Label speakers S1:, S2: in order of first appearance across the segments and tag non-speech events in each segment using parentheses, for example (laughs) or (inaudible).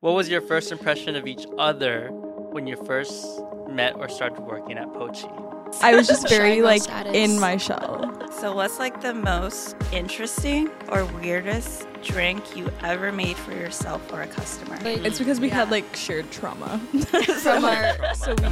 S1: What was your first impression of each other when you first met or started working at Pochi?
S2: I was
S3: (laughs)
S2: just very
S3: girl
S2: like
S3: status.
S2: in my shell.
S4: So, what's like the most interesting or weirdest drink you ever made for yourself or a customer?
S3: Like,
S2: It's because we had
S4: Yeah.
S2: like shared trauma.
S1: (laughs)
S3: from our
S2: so we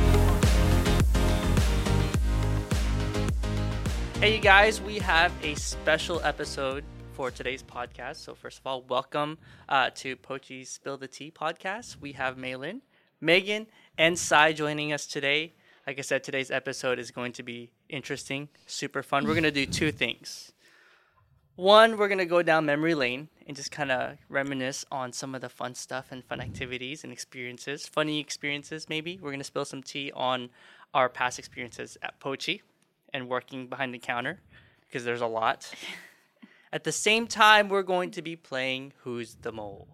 S1: Hey, you guys, we have a special episode for today's podcast. So, first of all, welcome uh, to Pochi's Spill the Tea podcast. We have Malin, Megan, and Sai joining us today. Like I said, today's episode is going to be interesting, super fun. We're going to do two things. One, we're going to go down memory lane and just kind of reminisce on some of the fun stuff and fun activities and experiences, funny experiences, maybe. We're going to spill some tea on our past experiences at Pochi and working behind the counter because there's a lot. (laughs) At the same time, we're going to be playing Who's the Mole.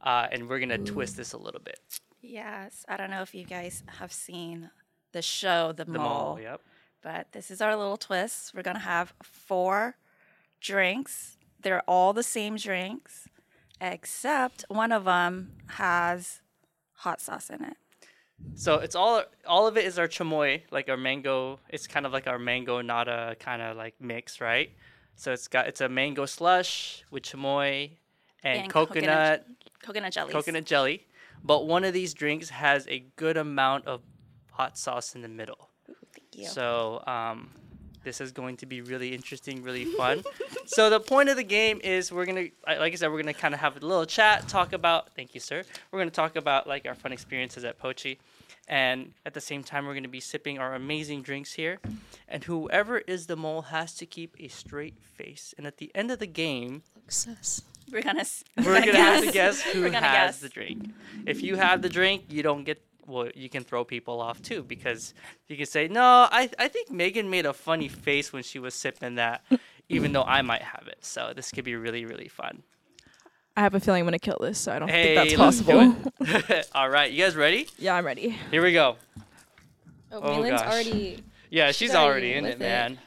S1: Uh, and we're going to twist this a little bit.
S4: yes, I don't know if you guys have seen the show The,
S1: The
S4: Mole,
S1: Mole, yep.
S4: but this is our little twist. We're gonna have four drinks. They're all the same drinks, except one of them has hot sauce in it.
S1: So it's all all of it is our chamoy, like our mango. It's kind of like our mango nata kind of like mix, right? So it's got it's a mango slush with chamoy and, coconut
S4: coconut jelly.
S1: coconut jelly. But one of these drinks has a good amount of hot sauce in the middle.
S4: Thank you.
S1: So um, this is going to be really interesting, really fun. (laughs) so the point of the game is we're gonna, I- like I said, we're gonna kind of have a little chat, talk about. Thank you, sir. We're gonna talk about like our fun experiences at Pochi, and at the same time we're gonna be sipping our amazing drinks here. And whoever is the mole has to keep a straight face. And at the end of the game,
S3: success.
S4: we're
S1: (laughs)
S4: gonna s-
S1: we're gonna have to guess who has
S4: We're gonna guess.
S1: the drink. If you have the drink, you don't get. Well, you can throw people off too because you can say, "No, I I think Megan made a funny face when she was sipping that, even though I might have it." So this could be really really fun.
S2: I have a feeling I'm gonna kill this, so I don't
S1: Hey,
S2: think that's
S1: let's do
S2: possible.
S1: it. (laughs) All right, you guys ready?
S2: Yeah, I'm ready.
S1: Here we go.
S3: Oh,
S1: Oh,
S3: Malin's
S1: gosh.
S3: already.
S1: Yeah, she's,
S3: gotta
S1: already
S3: be
S1: in
S3: with
S1: it,
S3: it.
S1: man.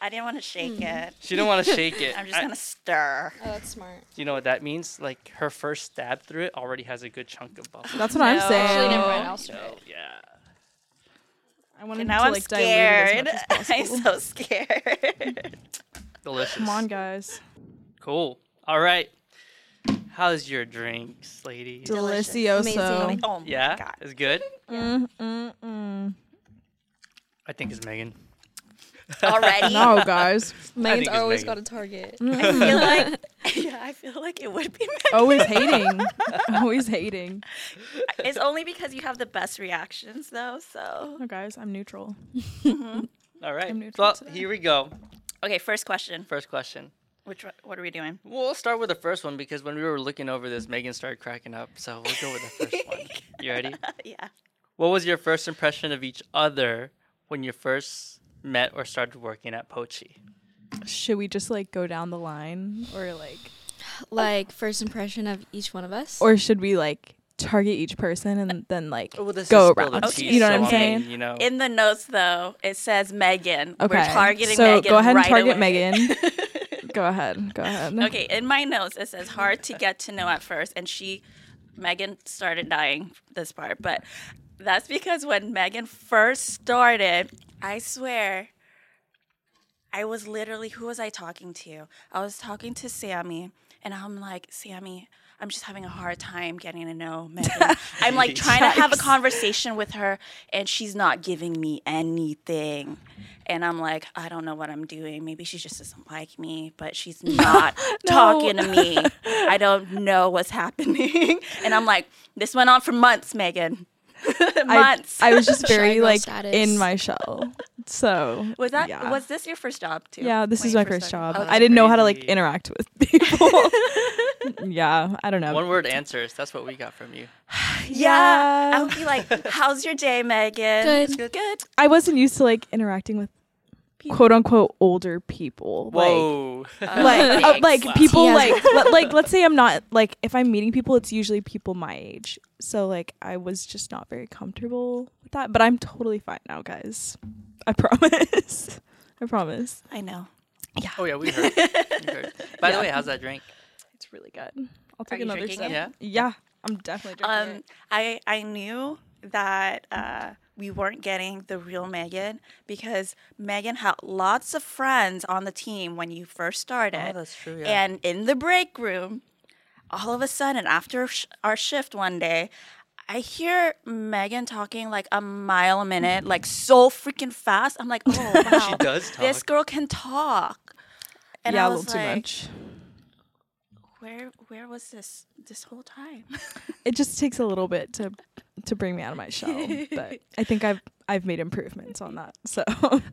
S4: I didn't want to shake it.
S1: She didn't want to shake (laughs) it.
S4: I'm just
S1: Hmm. I-
S4: gonna stir.
S3: Oh, that's smart.
S1: you know what that means? Like her first stab through it already has a good chunk of (laughs) bubble.
S2: That's what I'm
S4: No.
S2: saying.
S3: Actually, never mind. I'll start
S1: Oh
S3: it.
S1: yeah.
S2: I wanted
S4: And now
S2: to
S4: I'm
S2: like dilute it
S4: scared.
S1: (laughs)
S2: as much as
S4: (laughs) I'm
S2: possible.
S4: so (laughs) scared.
S1: Delicious.
S2: Come
S1: (laughs)
S2: on, guys.
S1: Cool. All right. How's your drinks, ladies?
S4: Delicious.
S2: Delicioso.
S3: Amazing.
S4: oh my
S1: yeah,
S4: god. (laughs)
S1: it's good.
S2: Mm, mm, mm.
S1: I think it's Megan.
S4: Already.
S2: No, guys.
S3: Megan's
S1: it's
S3: always got a
S1: Megan.
S3: target.
S4: I feel like
S2: (laughs)
S4: (laughs) yeah, I feel like it would be me.
S2: Always hating. (laughs) Always hating.
S4: It's only because you have the best reactions though, so
S2: No, guys, I'm neutral.
S1: All
S2: I'm
S1: right.
S2: neutral
S1: Well,
S2: today.
S1: here we go.
S4: Okay, first question.
S1: First question.
S4: Which one- what are we doing?
S1: We'll start with the first one because when we were looking over this, Megan started cracking up. So we'll go with the (laughs) first one. You ready?
S4: (laughs) yeah.
S1: What was your first impression of each other when you first met or started working at Pochi?
S2: Should we just like go down the line or like
S3: (laughs) Like first impression of each one of us.
S2: or should we like target each person and then like
S1: Oh, Well, this
S2: go
S1: is Spill the
S2: around?
S1: Tea,
S2: You know what I'm
S1: so I mean,
S2: saying?
S1: you know.
S4: Oh. In the notes though, it says Megan. We're
S2: Okay,
S4: targeting
S2: so
S4: Megan.
S2: go ahead and
S4: right
S2: target
S4: away. (laughs)
S2: Megan. Go ahead. Go ahead.
S4: Okay, in my notes it says hard to get to know at first, and she, Megan, started dying this part, but that's because when Megan first started, I swear, I was literally who was I talking to? I was talking to Sammy, and I'm like, Sammy. I'm just having a hard time getting
S2: (laughs)
S4: to know Megan. I'm like trying to have a conversation with her, and she's not giving me anything. And I'm like, I don't know what I'm doing. Maybe she just doesn't like me,
S2: (laughs)
S4: but she's not talking to me. I don't know what's happening. (laughs) And I'm like, this went on for months, Megan. (laughs)
S2: I,
S4: months.
S2: I was
S4: (laughs)
S2: just
S3: Shy
S2: very
S3: girl
S2: like
S3: status.
S2: in my shell. So
S4: was that
S2: yeah.
S4: was this your first job too?
S2: yeah, this
S4: When
S2: is
S4: you
S2: my first job.
S4: started?
S2: I didn't know how to like
S1: crazy.
S2: interact with
S1: (laughs)
S2: (laughs) people. yeah, I don't know.
S1: One word answers. That's what we got from you.
S4: Yeah.
S2: Yeah.
S4: I would be like, how's your day, Megan?
S3: Good.
S4: Good.
S2: I wasn't used to like interacting with quote unquote older people. Like
S1: Whoa.
S2: like
S4: (laughs)
S2: uh, like people
S3: Yes.
S2: like le- like let's say I'm not like if I'm meeting people it's usually people my age. So like I was just not very comfortable with that, but I'm totally fine now, guys. I (laughs) promise. I promise.
S4: I know.
S1: oh yeah, we heard. (laughs) We heard. By the way, how's that drink?
S2: It's really good. I'll
S4: Are
S2: take
S4: you
S2: another
S4: drinking
S2: sip.
S1: it?
S2: Yeah. I'm definitely drinking
S4: Um,
S2: it.
S4: I I knew that uh, we weren't getting the real Megan because Megan had lots of friends on the team when you first started.
S1: that's true, yeah.
S4: And in the break room, all of a sudden, after sh- our shift one day. I hear Megan talking like a mile a minute, like so freaking fast. I'm like, oh wow,
S1: She does (laughs)
S4: This
S1: talk.
S4: girl can talk. And
S2: yeah,
S4: I
S2: a
S4: was
S2: little too
S4: like,
S2: much.
S4: Where where was this this whole time? (laughs)
S2: It just takes a little bit to to bring me out of my shell,
S4: (laughs)
S2: but I think I've I've made improvements on that. So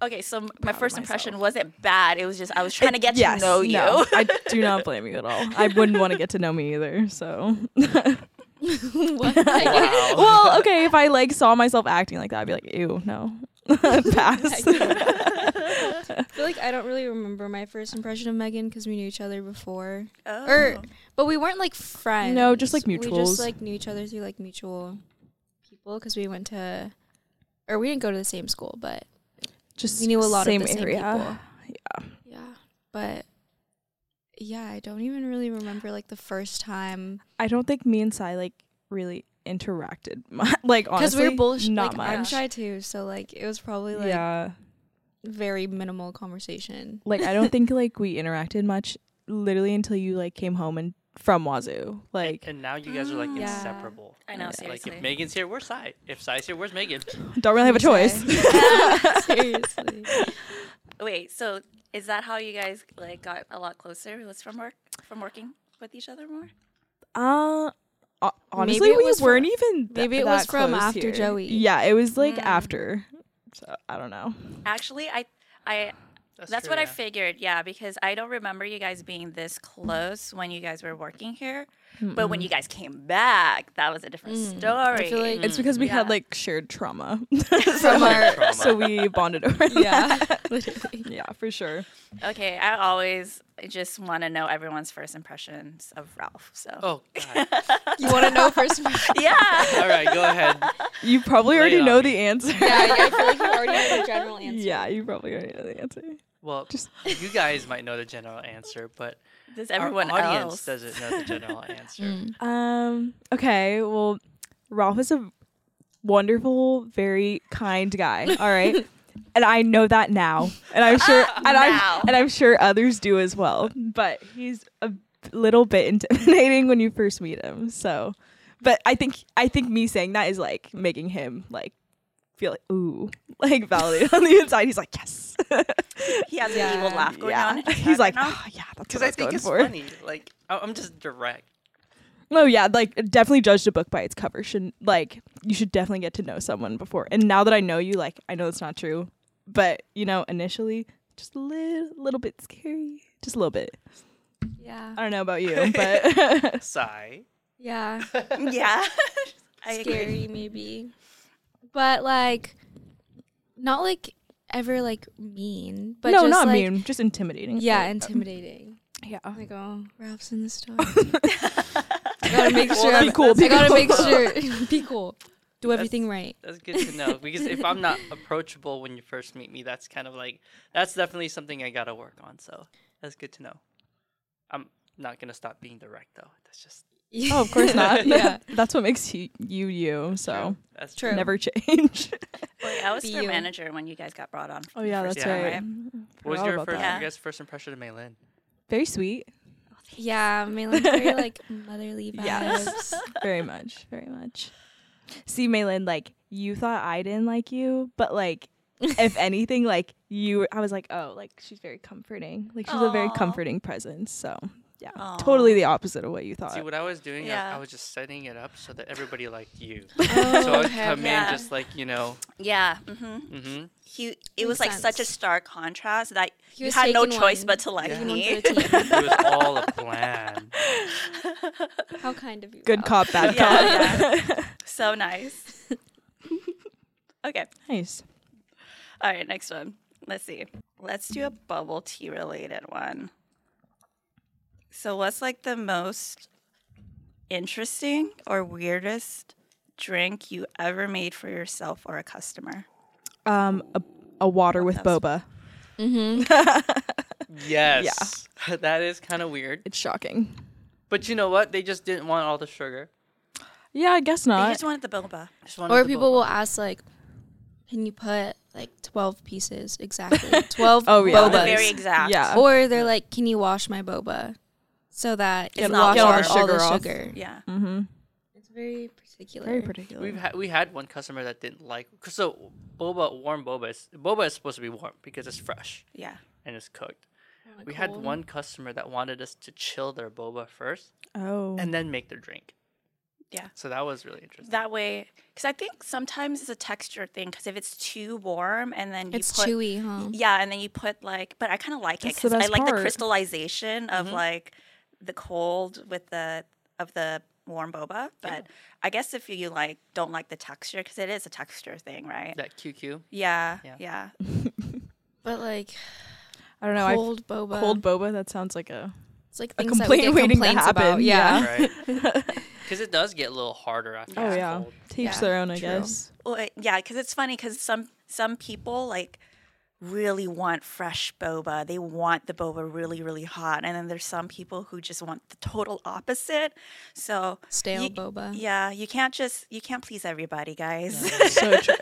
S4: Okay, so m- my
S2: of
S4: first
S2: myself.
S4: impression wasn't bad. It was just I was trying to get
S2: yes,
S4: to know you.
S2: no, I do not blame you at all. I wouldn't want to get to know me either. So
S3: (laughs)
S2: (laughs)
S3: what?
S1: (laughs)
S3: Like,
S1: Wow.
S2: well, okay, if I like saw myself acting like that, I'd be like, ew, no, (laughs)
S3: (laughs)
S2: pass.
S3: I feel like I don't really remember my first impression of Megan because we knew each other before,
S4: (laughs) Oh.
S2: Er.
S3: or but we weren't like friends.
S2: No, just, like,
S3: We
S2: mutuals.
S3: just like knew each other through like mutual people because we went to, or we didn't go to the same school, but
S2: Just
S3: we knew a lot
S2: same
S3: of the same
S2: area.
S3: people. Yeah, but yeah, I don't even really remember like the first time
S2: I don't think me and Sai like really interacted (laughs) much. Like
S3: because
S2: honestly,
S3: we were bullshit.
S2: Not
S3: like,
S2: much.
S3: I'm shy too, so like it was probably like
S2: yeah,
S3: very minimal conversation.
S2: like I don't (laughs) think like we interacted much. Literally until you like came home and from Wazoo. Like
S1: and now you guys are like
S3: Yeah.
S1: inseparable.
S4: I know,
S1: Like
S4: seriously.
S1: if Megan's here, where's Sai? If Sai's here, where's Megan?
S2: don't really have a choice.
S3: (laughs) Seriously.
S4: Wait, so is that how you guys like got a lot closer? Was from work from working with each other more?
S2: (laughs) Uh, ho- honestly,
S3: Maybe it
S2: we
S3: was
S2: weren't even. Th-
S3: maybe it
S2: that
S3: was from
S2: close
S3: after
S2: here.
S3: Joey. Mm.
S2: Yeah, it was like after. So I don't know.
S4: Actually, I I that's,
S1: true,
S4: what I
S1: yeah.
S4: figured. Yeah, because I don't remember you guys being this close when you guys were working here. But when you guys came back, that was a different
S2: Mm.
S4: story.
S3: I feel like
S2: It's because we
S4: yeah.
S2: had like shared trauma,
S1: (laughs)
S2: (laughs)
S3: from our
S1: Mm, Trauma.
S2: so we bonded
S1: (laughs)
S2: over. (laughs) that.
S3: (laughs) yeah, literally.
S2: yeah, for sure.
S4: okay, I always just want to know everyone's first impressions of Ralph. So
S1: oh God.
S3: You want to
S2: (laughs)
S3: know first? impression?
S4: yeah.
S1: (laughs)
S4: (laughs)
S1: All right, go ahead.
S2: You probably
S1: Lay it
S2: already
S1: on
S2: know
S1: me.
S2: the
S1: (laughs)
S2: answer. (laughs)
S3: yeah, yeah, I feel like you already have a general answer.
S2: Yeah, you probably already know the answer.
S1: Well, you guys might know the general answer, but
S4: Does everyone
S1: our audience
S4: else?
S1: doesn't know the (laughs) general answer.
S2: Um. Okay. Well, Ralph is a wonderful, very kind guy. All right. And I know that now, and I'm sure, and
S4: Now.
S2: I'm, and I'm sure others do as well. But he's a little bit intimidating when you first meet him. So, but I think I think me saying that is like making him like feel like ooh, (laughs) like validated on the inside. He's like yes,
S4: (laughs)
S2: (laughs)
S4: He has
S3: Yeah.
S4: an evil laugh going
S2: yeah.
S4: on.
S3: (laughs)
S4: in his
S2: He's
S4: head
S2: like
S4: right now.
S2: "Ah, yeah, that's
S1: Because
S2: what I
S1: I
S2: was
S1: think
S2: going
S1: it's
S2: for.
S1: funny. Like I- I'm just direct.
S2: Oh yeah, like definitely judged a book by its cover. Should like you should definitely get to know someone before. And now that I know you, like I know that's not true, but you know initially just a little, little bit scary, just a little bit.
S3: Yeah.
S2: I don't know about
S3: (laughs)
S2: you, but
S1: Sigh.
S3: Yeah.
S4: (laughs)
S3: (laughs)
S4: yeah. I agree.
S3: Scary maybe. But like not like ever like mean,
S2: (laughs)
S3: but
S2: no,
S3: just,
S2: not
S3: like,
S2: mean, just intimidating. um,
S3: Yeah, intimidating.
S2: yeah.
S3: Like oh, Ralph's in the store. (laughs) I gotta make
S2: Well,
S3: sure.
S2: that's-
S3: I'm-
S2: Be cool, be
S3: I gotta
S2: cool.
S3: make
S2: (laughs)
S3: sure. be cool. Do everything right.
S1: That's good to know because if I'm not approachable when you first meet me, that's kind of like that's definitely something I gotta work on. So that's good to know. I'm not gonna stop being direct though. That's just
S2: Oh, of course not.
S3: (laughs) yeah.
S2: (laughs) that's what makes you you you. So
S1: that's
S3: True.
S2: never (laughs) change.
S4: Wait, I was
S3: Be
S4: your
S3: you.
S4: manager when you guys got brought on.
S2: Oh yeah,
S4: first
S2: that's
S1: Yeah.
S2: right.
S4: time,
S1: What was
S2: Forgot
S1: your
S2: about
S1: first your
S2: that.
S1: guys' first impression of Maylin?
S2: Very sweet.
S3: Yeah, mainly
S2: (laughs)
S3: very like motherly vibes.
S2: Yes. very much, very much. See, Malin, like you thought I didn't like you, but like if anything, like you, I was like, oh, like she's very comforting. Like she's a very
S4: Aw.
S2: comforting presence. So yeah,
S4: Aw.
S2: totally the opposite of what you thought.
S1: See what I was doing? I,
S4: Yeah.
S1: I was just setting it up so that everybody liked
S3: (laughs)
S1: you.
S3: Oh,
S1: so I would
S3: okay,
S1: come in
S4: yeah.
S1: just like you know.
S4: Yeah. hmm
S1: hmm
S4: He. It was
S3: Mm. Makes
S4: like such a
S3: sense.
S4: stark contrast that
S3: He
S4: you
S3: was
S4: had no
S3: taking
S4: choice
S3: one.
S4: but to like
S1: Yeah.
S2: (laughs)
S4: me.
S3: Taking one for the
S1: It was all a plan.
S4: (laughs)
S3: team. How kind of you.
S2: Good
S3: Ralph.
S2: cop, bad
S4: Yeah,
S2: cop.
S4: (laughs)
S3: (laughs)
S4: so nice. okay.
S2: (laughs) nice.
S4: All right. Next one. Let's see. Let's do a bubble tea related one. So, what's like the most interesting or weirdest drink you ever made for yourself or a customer?
S2: Um, a, a water with
S4: That's-
S2: boba.
S1: Yes. (laughs) that is kind of weird.
S2: It's shocking.
S1: But you know what? They just didn't want all the sugar.
S2: Yeah, I guess
S4: I
S2: not.
S4: just wanted the boba.
S1: Just wanted
S3: Or
S1: the
S3: people
S1: boba.
S3: will ask like, "Can you put like twelve pieces
S2: (laughs)
S3: exactly? Twelve
S2: Oh, yeah.
S4: The
S2: Bobas.
S4: very
S3: bobas."
S4: exact.
S2: Yeah.
S3: Or they're like, "Can you wash my boba so that
S4: Get
S3: it washes
S4: all- get all the
S3: off all the
S2: sugar off.
S3: sugar?"
S4: Yeah.
S2: mm-hmm.
S3: It's very particular.
S2: Very particular.
S4: Um,
S1: We've had we had one customer that didn't like so boba warm boba is boba is supposed to be warm because it's fresh
S4: Yeah.
S1: and it's cooked. we had
S3: cold.
S1: one customer that wanted us to chill their boba first
S2: oh.
S1: and then make their drink.
S4: Yeah.
S1: So that was really interesting.
S4: That way, because I think sometimes it's a texture thing. Because if it's too warm and then you
S3: It's
S4: put,
S3: chewy, huh?
S4: yeah, and then you put like, but I kind of like it
S2: Oh. That's the
S4: because I
S2: best
S4: like the
S2: part.
S4: crystallization of like the cold with the of the warm boba. But I guess if you like don't like the texture, because it is a texture thing, right?
S1: that QQ.
S4: Yeah,
S1: Yeah.
S4: yeah.
S3: But like
S2: I don't know. I
S3: cold boba,
S2: cold boba. That sounds like a
S3: it's like
S2: a
S3: things that we
S2: complaint waiting
S3: get
S2: to
S3: complaints
S2: happen.
S3: about. Yeah.
S1: Right.
S4: (laughs)
S1: Because it does get a little harder after
S2: Oh
S1: it's
S2: yeah.
S1: cold.
S2: To each
S3: Yeah,
S2: their own, I
S3: true.
S4: (laughs)
S2: guess.
S4: Well, it- yeah, because it's funny because some some people like really want fresh boba. They want the boba really really hot, and then there's some people who just want the total opposite. So
S3: Stale
S4: you-
S2: Uh-huh.
S3: boba.
S4: Yeah, you can't just you can't please everybody, guys. (laughs)
S2: so true.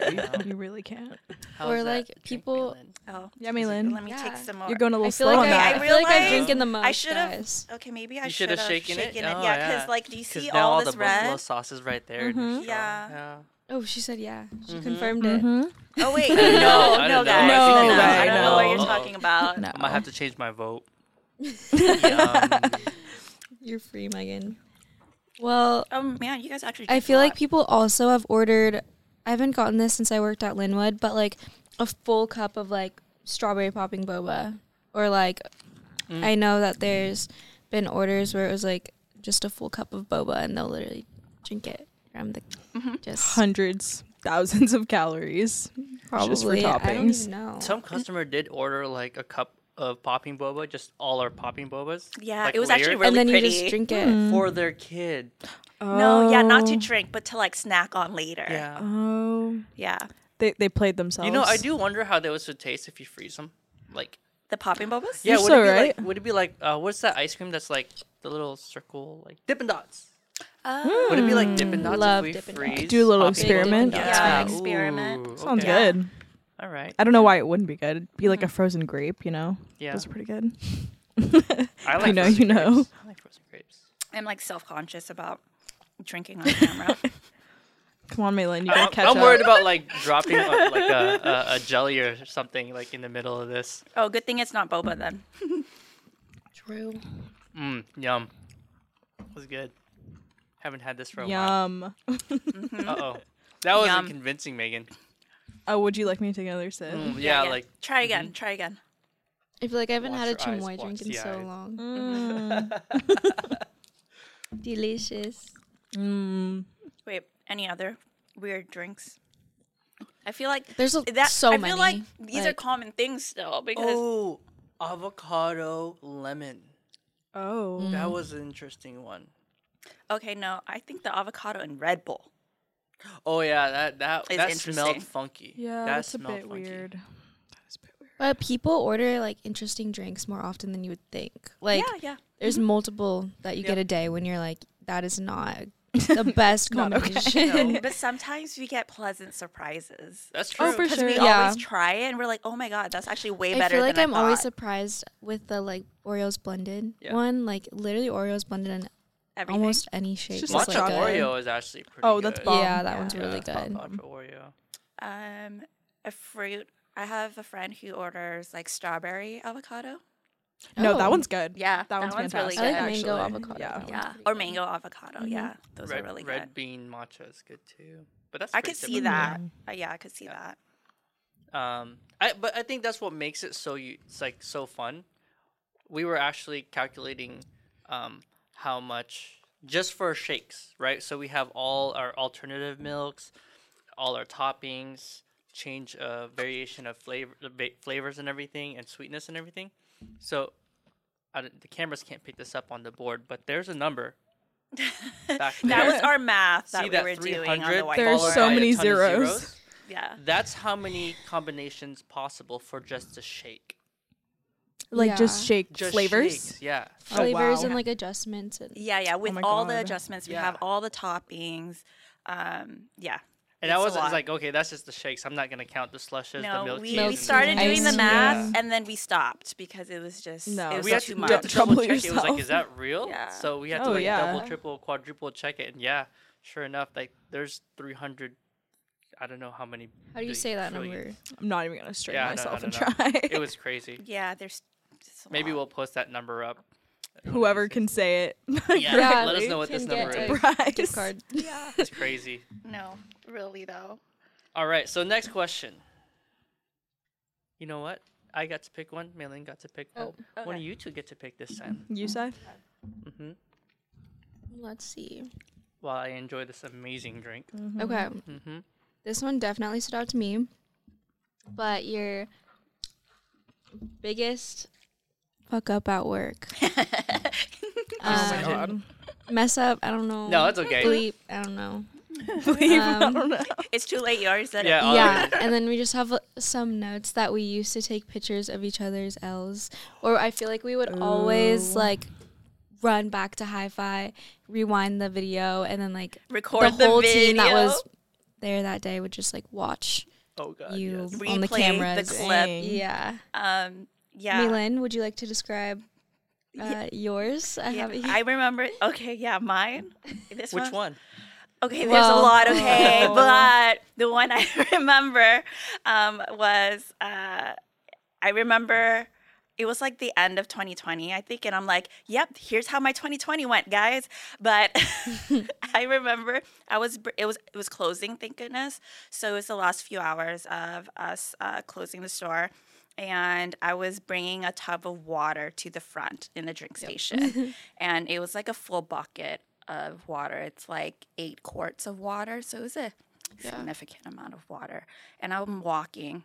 S2: You really can't.
S1: How
S3: Or,
S1: is that
S3: like,
S1: drink,
S3: people-
S1: Malin?
S4: oh,
S2: Yeah,
S4: let
S2: Maylin,
S4: me take
S3: Yeah.
S4: some more.
S2: you're going a little
S3: I feel
S2: slow
S3: like
S2: on
S3: I,
S4: I-
S2: that.
S4: I
S3: I feel like I
S4: realized
S3: drink in the most.
S4: I should have.
S3: guys.
S4: Okay, maybe I
S1: You should have shaken, it. Oh,
S4: Yeah, because like, do you
S1: 'Cause
S4: see
S1: now
S4: all
S1: all
S4: this
S1: the buffalo
S4: red? Mm-hmm.
S1: sauce is right there. and it's
S4: Yeah.
S1: strong. yeah.
S3: Oh, she said yeah. She confirmed
S2: (laughs)
S3: it.
S2: hmm
S1: (laughs)
S4: Oh wait,
S1: don't know.
S4: no,
S1: I
S4: no,
S1: don't know.
S4: guys,
S2: I
S4: no,
S2: think
S4: no,
S2: that-
S4: I don't know what you're
S1: No.
S4: talking about.
S3: No,
S1: I might have to change my
S4: (laughs)
S1: vote. Yum.
S3: (laughs) you're free, Megan. Well,
S4: Oh man, you guys actually.
S3: I
S4: drink a
S3: feel like
S4: lot.
S3: people also have ordered. I haven't gotten this since I worked at Linwood, but like a full cup of like strawberry popping boba, or like
S1: Mm.
S3: I know that there's been orders where it was like just a full cup of boba, and they'll literally drink it from the
S1: Mm-hmm.
S3: just
S2: Hundreds, thousands of calories.
S3: probably.
S2: just for
S3: I don't
S2: toppings.
S3: even know.
S1: Some customer did order like a cup of popping boba, just all our popping bobas.
S4: Yeah,
S1: like,
S4: it was actually
S1: layered,
S4: really
S3: and then you
S4: pretty.
S3: just drink it.
S2: Hmm.
S1: for their kid.
S4: No, yeah, not to
S2: Oh.
S4: drink, but to like snack on later.
S1: Yeah.
S2: Oh,
S4: Yeah.
S2: they they played themselves.
S1: You know, I do wonder how those would taste if you freeze them. Like,
S4: The popping bubbles?
S1: yeah,
S2: You're
S1: would
S2: so
S1: it be
S2: right.
S1: like would it be like uh, what's that ice cream that's like the little circle like Dippin' Dots?
S4: Oh,
S2: Hmm.
S1: Would it be like Dippin' Dots
S3: love
S1: if we
S3: Dippin' Dots.
S1: freeze?
S2: Do a little
S1: popping
S2: experiment.
S1: Dots?
S4: Yeah, experiment.
S1: Ooh,
S2: Sounds
S1: okay.
S2: good.
S1: All right.
S2: I don't know why it wouldn't be good. It'd be like a frozen grape, you know.
S1: Yeah.
S2: that's pretty good.
S1: I like
S2: You know,
S1: frozen
S2: you know.
S1: grapes. I like frozen grapes.
S4: I'm like self conscious about drinking
S3: (laughs)
S4: on camera.
S2: Come on, Maylin, you
S1: I-
S2: gotta catch
S1: I'm
S2: up.
S1: worried about like dropping uh, like a, a, a jelly or something like in the middle of this.
S4: oh, good thing it's not boba then.
S3: True.
S1: Mm, yum. That was good. Haven't had this for a
S2: Yum.
S1: while. Uh oh. That wasn't
S4: Yum.
S1: convincing,
S4: (laughs)
S1: Megan.
S2: Oh, would you like me to take another sip?
S1: Mm, yeah,
S4: yeah.
S1: like mm-hmm.
S4: Try again. Try again.
S3: I feel like I haven't
S1: Watch
S3: had a
S1: your eyes,
S3: chamoy
S1: watch
S3: drink in
S1: the
S3: so
S1: eyes.
S3: long.
S2: Mm.
S3: Delicious.
S2: (laughs) Mm.
S4: Wait, any other weird drinks? I feel like
S3: There's a,
S4: that.
S3: so
S4: I
S3: many.
S4: feel like these are
S3: Like-
S4: common things still because
S1: oh, avocado lemon.
S2: Oh.
S1: That was an interesting one.
S4: okay, no, I think the avocado and Red Bull.
S1: Oh yeah, that that
S4: It's
S1: that smelled
S4: interesting.
S1: funky.
S2: Yeah,
S1: that
S2: that's a
S1: smelled
S2: bit
S1: funky.
S2: weird. That is a bit weird.
S3: But people order like interesting drinks more often than you would think. Like
S4: yeah, yeah.
S3: there's multiple that you get
S1: Yeah.
S3: a day when you're like, that is not the best
S2: Not okay.
S3: (laughs) combination.
S4: (laughs) but sometimes we get pleasant surprises.
S1: That's true.
S2: Oh, for
S4: Because
S2: sure.
S4: we
S3: Yeah.
S4: always try it and we're like, oh my god, that's actually way
S3: I
S4: better.
S3: feel like
S4: than
S3: I'm
S4: I
S3: always
S4: thought."
S3: surprised with the like Oreos blended
S1: Yeah.
S3: one. Like literally Oreos blended in
S4: Everything.
S3: almost any shape.
S2: just
S3: is,
S1: Matcha
S2: like
S3: good.
S1: Oreo is actually pretty.
S2: Oh, that's
S1: good.
S2: bomb.
S3: Yeah, that one's
S1: Yeah,
S3: really
S1: it's called
S3: good.
S1: Matcha Oreo.
S4: Um, a fruit. I have a friend who orders like strawberry avocado.
S2: No,
S3: Oh.
S2: that one's good.
S4: Yeah,
S2: that, one's,
S4: really
S2: fantastic.
S4: good.
S3: I like mango Mm-hmm.
S1: actually.
S3: avocado.
S2: Yeah.
S3: That one's
S4: yeah,
S3: pretty
S4: or
S3: good.
S4: mango avocado. Yeah, those
S1: red,
S4: are really
S1: red
S4: good.
S1: bean matcha is good too. But that's
S4: I
S1: pretty
S4: could see
S1: typical.
S4: that. Uh, yeah, I could see that.
S1: Um, I but I think that's what makes it so you it's like so fun. We were actually calculating um, how much just for shakes, right? So we have all our alternative milks, all our toppings, change uh, variation of flavor the va- flavors and everything, and sweetness and everything. So I don't- the cameras can't pick this up on the board, but there's a number. Back
S4: (laughs) That
S1: there.
S4: was our math that
S1: See
S4: we
S1: that
S4: were doing on the
S1: 300
S4: whiteboard.
S2: There's
S1: followed
S2: so
S1: by a
S2: many
S1: ton of
S2: zeros.
S4: Yeah.
S1: That's how many combinations possible for just a shake.
S2: Like just
S3: Yeah.
S2: shake
S1: Just
S2: flavors.
S1: shakes, Yeah.
S2: Oh,
S3: flavors
S2: wow.
S3: and like adjustments. And
S4: Yeah, yeah. With
S2: my
S4: all the
S2: God.
S4: adjustments, we
S1: Yeah.
S4: have all the toppings. Um, yeah.
S1: And I
S4: It's a
S1: was, I was
S4: lot.
S1: like, okay, that's just the shakes. I'm not gonna count the slushes, the
S4: no,
S1: milk
S4: we,
S1: cheese.
S4: we
S1: and-
S3: Milk
S4: started
S3: cheese.
S4: doing the
S3: Ice
S4: math
S3: cream.
S4: and then we stopped because it was just
S2: No,
S4: it was
S1: we had
S4: too
S1: to,
S4: much.
S1: we had to double
S2: Trouble
S1: check it. It was like,
S2: yourself.
S1: is that real?
S4: Yeah.
S1: So we had to
S2: Oh,
S1: like double,
S2: yeah.
S1: triple, quadruple check it, and yeah, sure enough, like there's 300. I don't know how many.
S3: how do you
S1: big
S3: say that
S1: trillion-
S3: number?
S2: I'm not even gonna strain
S1: Yeah, I know,
S2: myself
S1: I
S2: and
S1: know, I
S2: try.
S1: It was crazy.
S4: Yeah, there's just a
S1: Maybe
S4: lot.
S1: we'll post that number up.
S2: (laughs) Whoever can say it.
S1: (laughs)
S2: (laughs)
S1: Yeah.
S3: Yeah,
S1: Let us
S2: correctly
S1: know what this
S3: can
S1: number
S3: get
S1: is.
S3: a-
S2: Prize.
S3: Gift card.
S4: Yeah.
S1: It's crazy.
S4: no, really though.
S1: All right. So next question. You know what? I got to pick one. Maylin got to pick
S2: Oh,
S1: one. One of
S4: okay.
S1: you two get to pick this time. Mm-hmm.
S2: You say?
S3: (laughs) Let's see.
S1: While I enjoy this amazing drink.
S2: Mm-hmm.
S3: (laughs) Okay.
S1: Mhm.
S3: This one definitely stood out to me. But your biggest fuck up at work. Um,
S2: Oh my god.
S3: Mess up, I don't know.
S1: No, it's okay.
S3: Bleep, I don't know.
S2: Believe I
S3: Um,
S2: don't know.
S4: (laughs) It's too late. You already said
S1: Yeah.
S4: it.
S1: all of
S3: yeah,
S1: it.
S3: and then we just have uh, some notes that we used to take pictures of each other's L's, or I feel like we would always like run back to hi-fi, rewind the video, and then like
S4: Record
S3: the
S4: the,
S3: whole
S4: video.
S3: team that was there that day would just like watch
S1: Oh god.
S3: you
S1: Yes.
S3: on the
S4: Replay the
S3: cameras.
S4: clip.
S3: Yeah,
S4: Um, yeah.
S3: Milin, would you like to describe uh, yours? I
S4: Yeah,
S3: have it here.
S4: I remember. Okay, yeah, mine. This
S1: Which
S4: one?
S1: one?
S4: Okay, there's
S3: Well,
S4: a lot. Okay,
S3: oh.
S4: but the one I (laughs) remember um, was uh, I remember it was like the end of 2020, I think, and I'm like, "Yep, here's how my 2020 went, guys." But (laughs) I remember I was br- it was it was closing, thank goodness. So it was the last few hours of us uh, closing the store. And I was bringing a tub of water to the front in the drink station. and it was like a full bucket of water. It's like eight quarts of water. So it was a significant amount of water. And I'm walking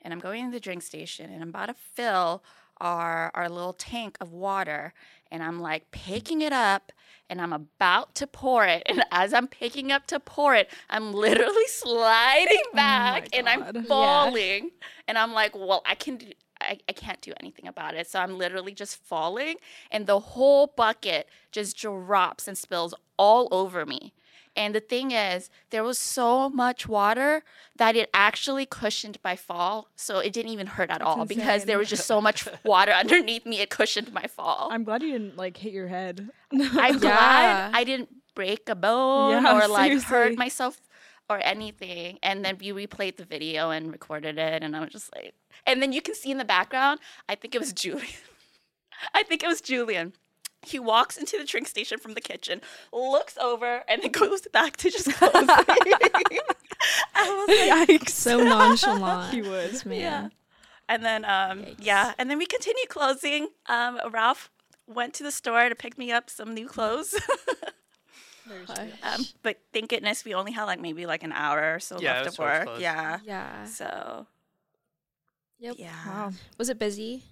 S4: and I'm going to the drink station and I'm about to fill our our little tank of water and I'm like picking it up and I'm about to pour it and as I'm picking up to pour it I'm literally sliding back and I'm
S2: God.
S4: falling and I'm like well I can do I, I can't do anything about it so I'm literally just falling and the whole bucket just drops and spills all over me and the thing is, there was so much water that it actually cushioned my fall. So it didn't even hurt at all because there was just so much water underneath me. It cushioned my fall. I'm,
S2: I'm glad you didn't like hit your head.
S3: Yeah.
S4: glad I didn't break a bone
S2: Yeah,
S4: or like hurt
S2: seriously.
S4: myself or anything. And then we replayed the video and recorded it. And I was just like, and then you can see in the background, I think it was (laughs) Julian. I think it was Julian. He walks into the drink station from the kitchen, looks over, and then (laughs) goes back to just closing. I was
S2: (laughs)
S4: like,
S2: Yikes.
S3: (laughs)
S2: (laughs)
S3: so nonchalant.
S2: He was.
S3: This man.
S4: yeah. And then, um, yeah, and then we continued closing. Um, Ralph went to the store to pick me up some new clothes, (laughs) um, but thank goodness we only had like maybe like an hour or so
S1: Yeah, it
S4: left
S1: was
S4: of
S1: towards
S4: work.
S1: close.
S4: Yeah.
S3: Yeah.
S4: So,
S3: Yep.
S4: yeah.
S2: Wow.
S3: Was it busy?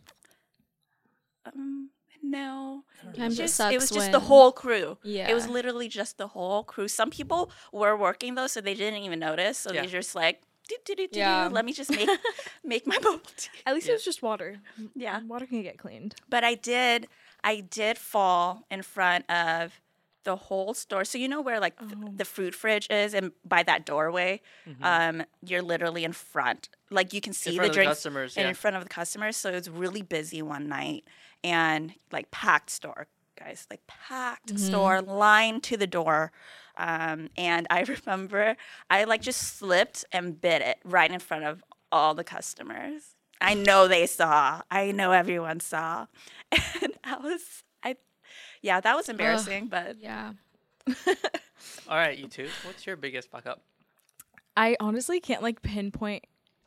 S4: Um, no,
S3: Sometimes
S4: just-
S3: it sucks.
S4: it was just
S3: when-
S4: the whole crew. It was
S3: Yeah.
S4: literally just the whole crew. Some people were working though, so they didn't even notice. So
S1: Yeah.
S4: they're just like, do, do, do, do,
S3: Yeah.
S4: do. let me just make
S3: (laughs)
S4: make my bubble tea.
S2: At least
S1: Yeah.
S2: it was just water.
S4: (laughs) Yeah.
S2: Water can get cleaned.
S4: But I did I did fall in front of the whole store. So you know where like th-
S1: Oh.
S4: the fruit fridge is and by that doorway, um, you're literally in front. Like you can see
S1: Mm-hmm. front
S4: the
S1: of the
S4: drinks
S1: customers,
S4: and
S1: yeah.
S4: in front of the customers. So it was really busy one night and like packed store, guys, like packed
S2: Mm-hmm.
S4: store, line to the door. Um, and I (laughs) remember I like just slipped and bit it right in front of all the customers. I know they saw. I know everyone saw. (laughs) And I was I yeah, that was embarrassing,
S2: (laughs)
S4: but
S3: Yeah.
S1: All right, you two. What's your biggest fuck (laughs) up?
S2: I honestly can't like pinpoint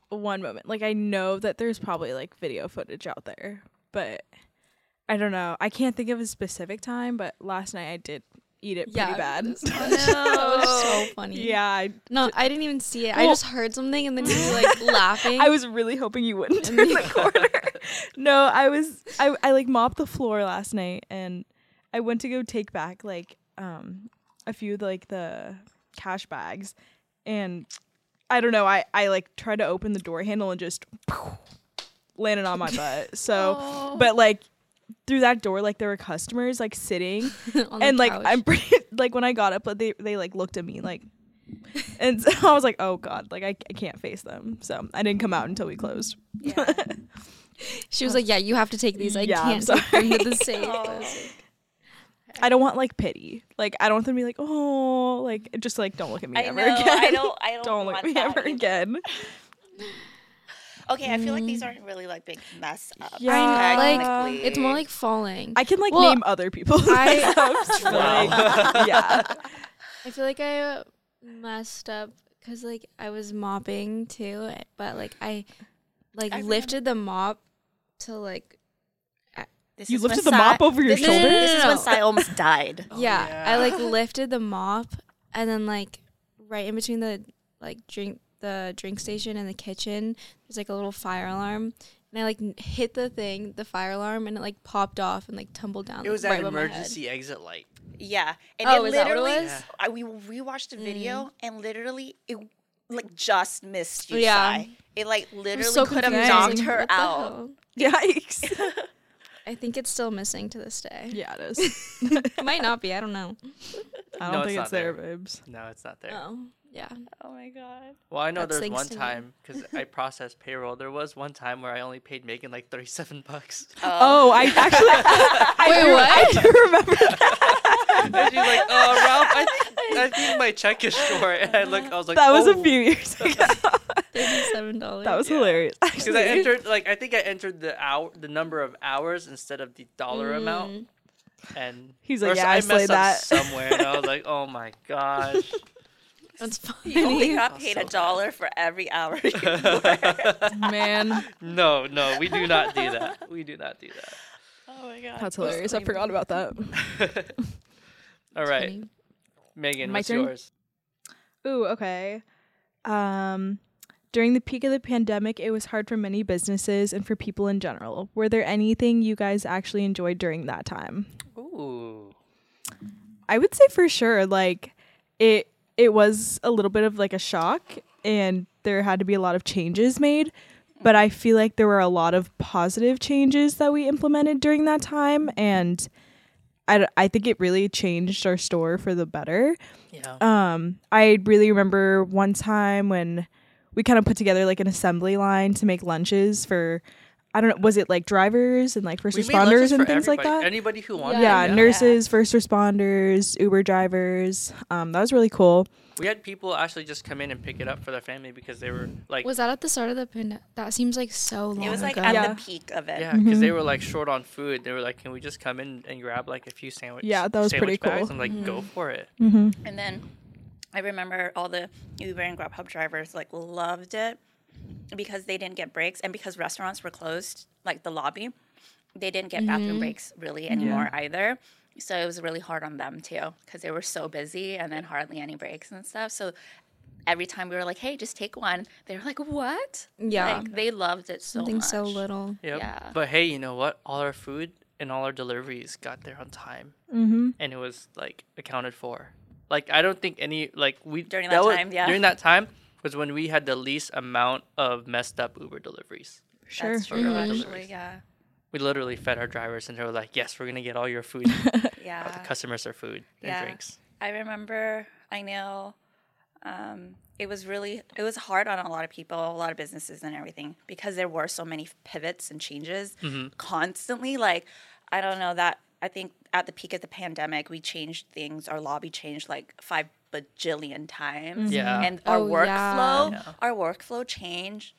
S2: one moment. Like I know that there's probably like video footage out there, but I don't know. I can't think of a specific time, but last night I did eat it
S3: Yeah.
S2: pretty bad.
S3: (laughs)
S2: (laughs)
S3: That was so funny.
S2: yeah, I,
S3: No, I didn't even see it. I
S2: Well-
S3: just heard something and then you were like laughing.
S2: I was really hoping you wouldn't turn the corner. no, I was I I like mopped the floor last night and I went to go take back like um a few like the cash bags and I don't know, I I like tried to open the door handle and just landed on my butt. So,
S3: Oh.
S2: but like through that door, like there were customers like sitting,
S3: (laughs) On the
S2: and like
S3: couch.
S2: I'm pretty, (laughs) like when I got up, but they they like looked at me like, and (laughs) so I was like, oh god, like I, I can't face them. So I didn't come out until we closed.
S3: she was like, "Yeah, you have to take these. I
S2: Yeah, I'm
S3: can't (laughs) take them to
S2: sorry.
S3: the safe." I was
S4: Oh.
S2: I don't want like pity. Like I don't want them to be like, oh, like just like don't look at me
S4: I
S2: ever
S4: know,
S2: again. (laughs)
S4: I don't- I don't
S2: look at
S4: want
S2: me
S4: that
S2: ever
S4: either.
S2: again. Mm-hmm.
S4: Okay, I feel like these aren't really like big mess ups.
S2: Yeah. I know, like,
S4: technically.
S3: It's more like falling.
S2: I can like
S3: Well,
S2: name other people.
S3: I-
S1: (laughs)
S2: myself, but, like, yeah.
S3: I feel like I messed up because like I was mopping too, but like I like
S4: I remember-
S3: lifted the mop to like
S4: This
S2: You
S4: is when
S2: lifted the mop
S4: Si-
S2: over your
S4: this is-
S2: shoulder?
S4: This is when
S3: No.
S4: Sai almost (laughs) died.
S3: yeah,
S1: yeah.
S3: I like lifted the mop and then like right in between the like drink the drink station and the kitchen, there's like a little fire alarm. And I like n- hit the thing, the fire alarm, and it like popped off and like tumbled down.
S1: It was
S3: (laughs) right
S1: an
S3: above my head.
S1: emergency exit light.
S4: Yeah, and
S3: Oh,
S4: it Mm.
S3: is that what it
S4: literally
S3: was? Yeah.
S4: I, we we watched the video and literally it like just missed you.
S3: Yeah.
S4: Yeah, it like literally
S3: so
S4: could have
S3: confused.
S4: knocked
S3: What
S4: her
S3: the
S4: out.
S3: hell?
S2: Yikes.
S3: I think it's still missing to this day.
S2: yeah, it (laughs) is.
S3: It might not be. I don't know.
S2: I don't
S1: No, it's
S2: think
S1: not
S2: it's, there,
S1: there.
S2: babes.
S1: No, it's not there.
S3: Oh, yeah.
S4: Oh my god.
S1: Well, I know
S3: That's
S1: there's
S3: thanks
S1: one
S3: to me.
S1: time because (laughs) I processed payroll. There was one time where I only paid Megan like 37 (laughs) bucks.
S2: Oh, I actually (laughs) I
S3: Wait,
S2: do, I
S3: what?
S2: do remember that.
S1: and she's like, "Oh, Ralph, I think, (laughs) I think my check is short." And I look, I was like,
S2: That was
S1: "Oh."
S2: a few years ago.
S3: Thirty-seven dollars.
S2: That was (laughs)
S1: Yeah.
S2: hilarious.
S1: Because
S2: Actually,
S1: I entered, like, I think I entered the hour, the number of hours instead of the dollar amount. And
S2: Mm. He's like,
S1: or so-
S2: "Yeah, I
S1: messed
S2: slayed
S1: up
S2: that."
S1: somewhere." And I was like, "Oh my
S2: (laughs)
S1: gosh!"
S3: That's
S4: You only
S3: funny.
S4: got paid a dollar for every hour you
S2: (laughs) man,
S1: no, no, we do not do that. We do not do that.
S4: Oh my god.
S2: that's hilarious. I forgot about that.
S1: All right,
S3: funny.
S1: Megan,
S2: My
S1: what's
S2: turn?
S1: yours?
S2: Ooh, okay. Um, during the peak of the pandemic, it was hard for many businesses and for people in general. Were there anything you guys actually enjoyed during that time?
S1: Ooh,
S2: I would say for sure, like it it was a little bit of like a shock and there had to be a lot of changes made, but I feel like there were a lot of positive changes that we implemented during that time and I, d- I think it really changed our store for the better.
S1: yeah.
S2: Um, I really remember one time when we kind of put together like an assembly line to make lunches for, I don't know, was it like drivers and like first
S1: We made lunches
S2: responders and
S1: for
S2: things like
S1: everybody.
S2: that?
S1: Anybody who wanted,
S2: yeah,
S1: it,
S2: nurses, first responders, Uber drivers. Um, that was really cool.
S1: We had people actually just come in and pick it up for their family because they were like,
S3: Was that at the start of the pandemic? That seems like so long
S4: It was like
S3: ago.
S4: at
S2: Oh Yeah.
S4: the peak of it.
S1: yeah, because they
S2: Mm-hmm.
S1: were like short on food. They were like, "Can we just come in and grab like a few sandwiches?"
S2: Yeah, that was pretty cool. Mm-hmm.
S1: I'm like, "Go for it."
S4: And then I remember all the Uber and Grubhub drivers like loved it because they didn't get breaks and because restaurants were closed, like the lobby, they didn't get
S3: Mm-hmm.
S4: bathroom breaks really anymore either. So it was really hard on them too because they were so busy and then hardly any breaks and stuff. So every time we were like, "Hey, just take one," they were like, "What?"
S3: Yeah.
S4: like, they loved it so
S3: Something
S4: much.
S3: so little.
S1: Yep.
S4: Yeah.
S1: But hey, you know what? All our food and all our deliveries got there on time,
S2: Mm-hmm.
S1: and it was like accounted for. Like I don't think any like we
S4: During
S1: that
S4: that
S1: was-
S4: time, yeah.
S1: During that time was when we had the least amount of messed up Uber deliveries.
S2: Sure.
S4: That's true,
S1: Mhm.
S3: Mm-hmm.
S4: actually.
S1: Deliveries.
S4: Yeah.
S1: We literally fed our drivers, and they were like, "Yes, we're gonna get all your (laughs) food,
S4: Yeah.
S1: customers their food and
S4: Yeah.
S1: drinks."
S4: I remember, I know, um, it was really, it was hard on a lot of people, a lot of businesses and everything, because there were so many pivots and changes constantly. Like, I don't know that, I think at the peak of the pandemic, we changed things, our lobby changed like five bajillion times.
S1: Yeah.
S4: And our
S3: Oh,
S4: workflow,
S3: yeah.
S4: our workflow changed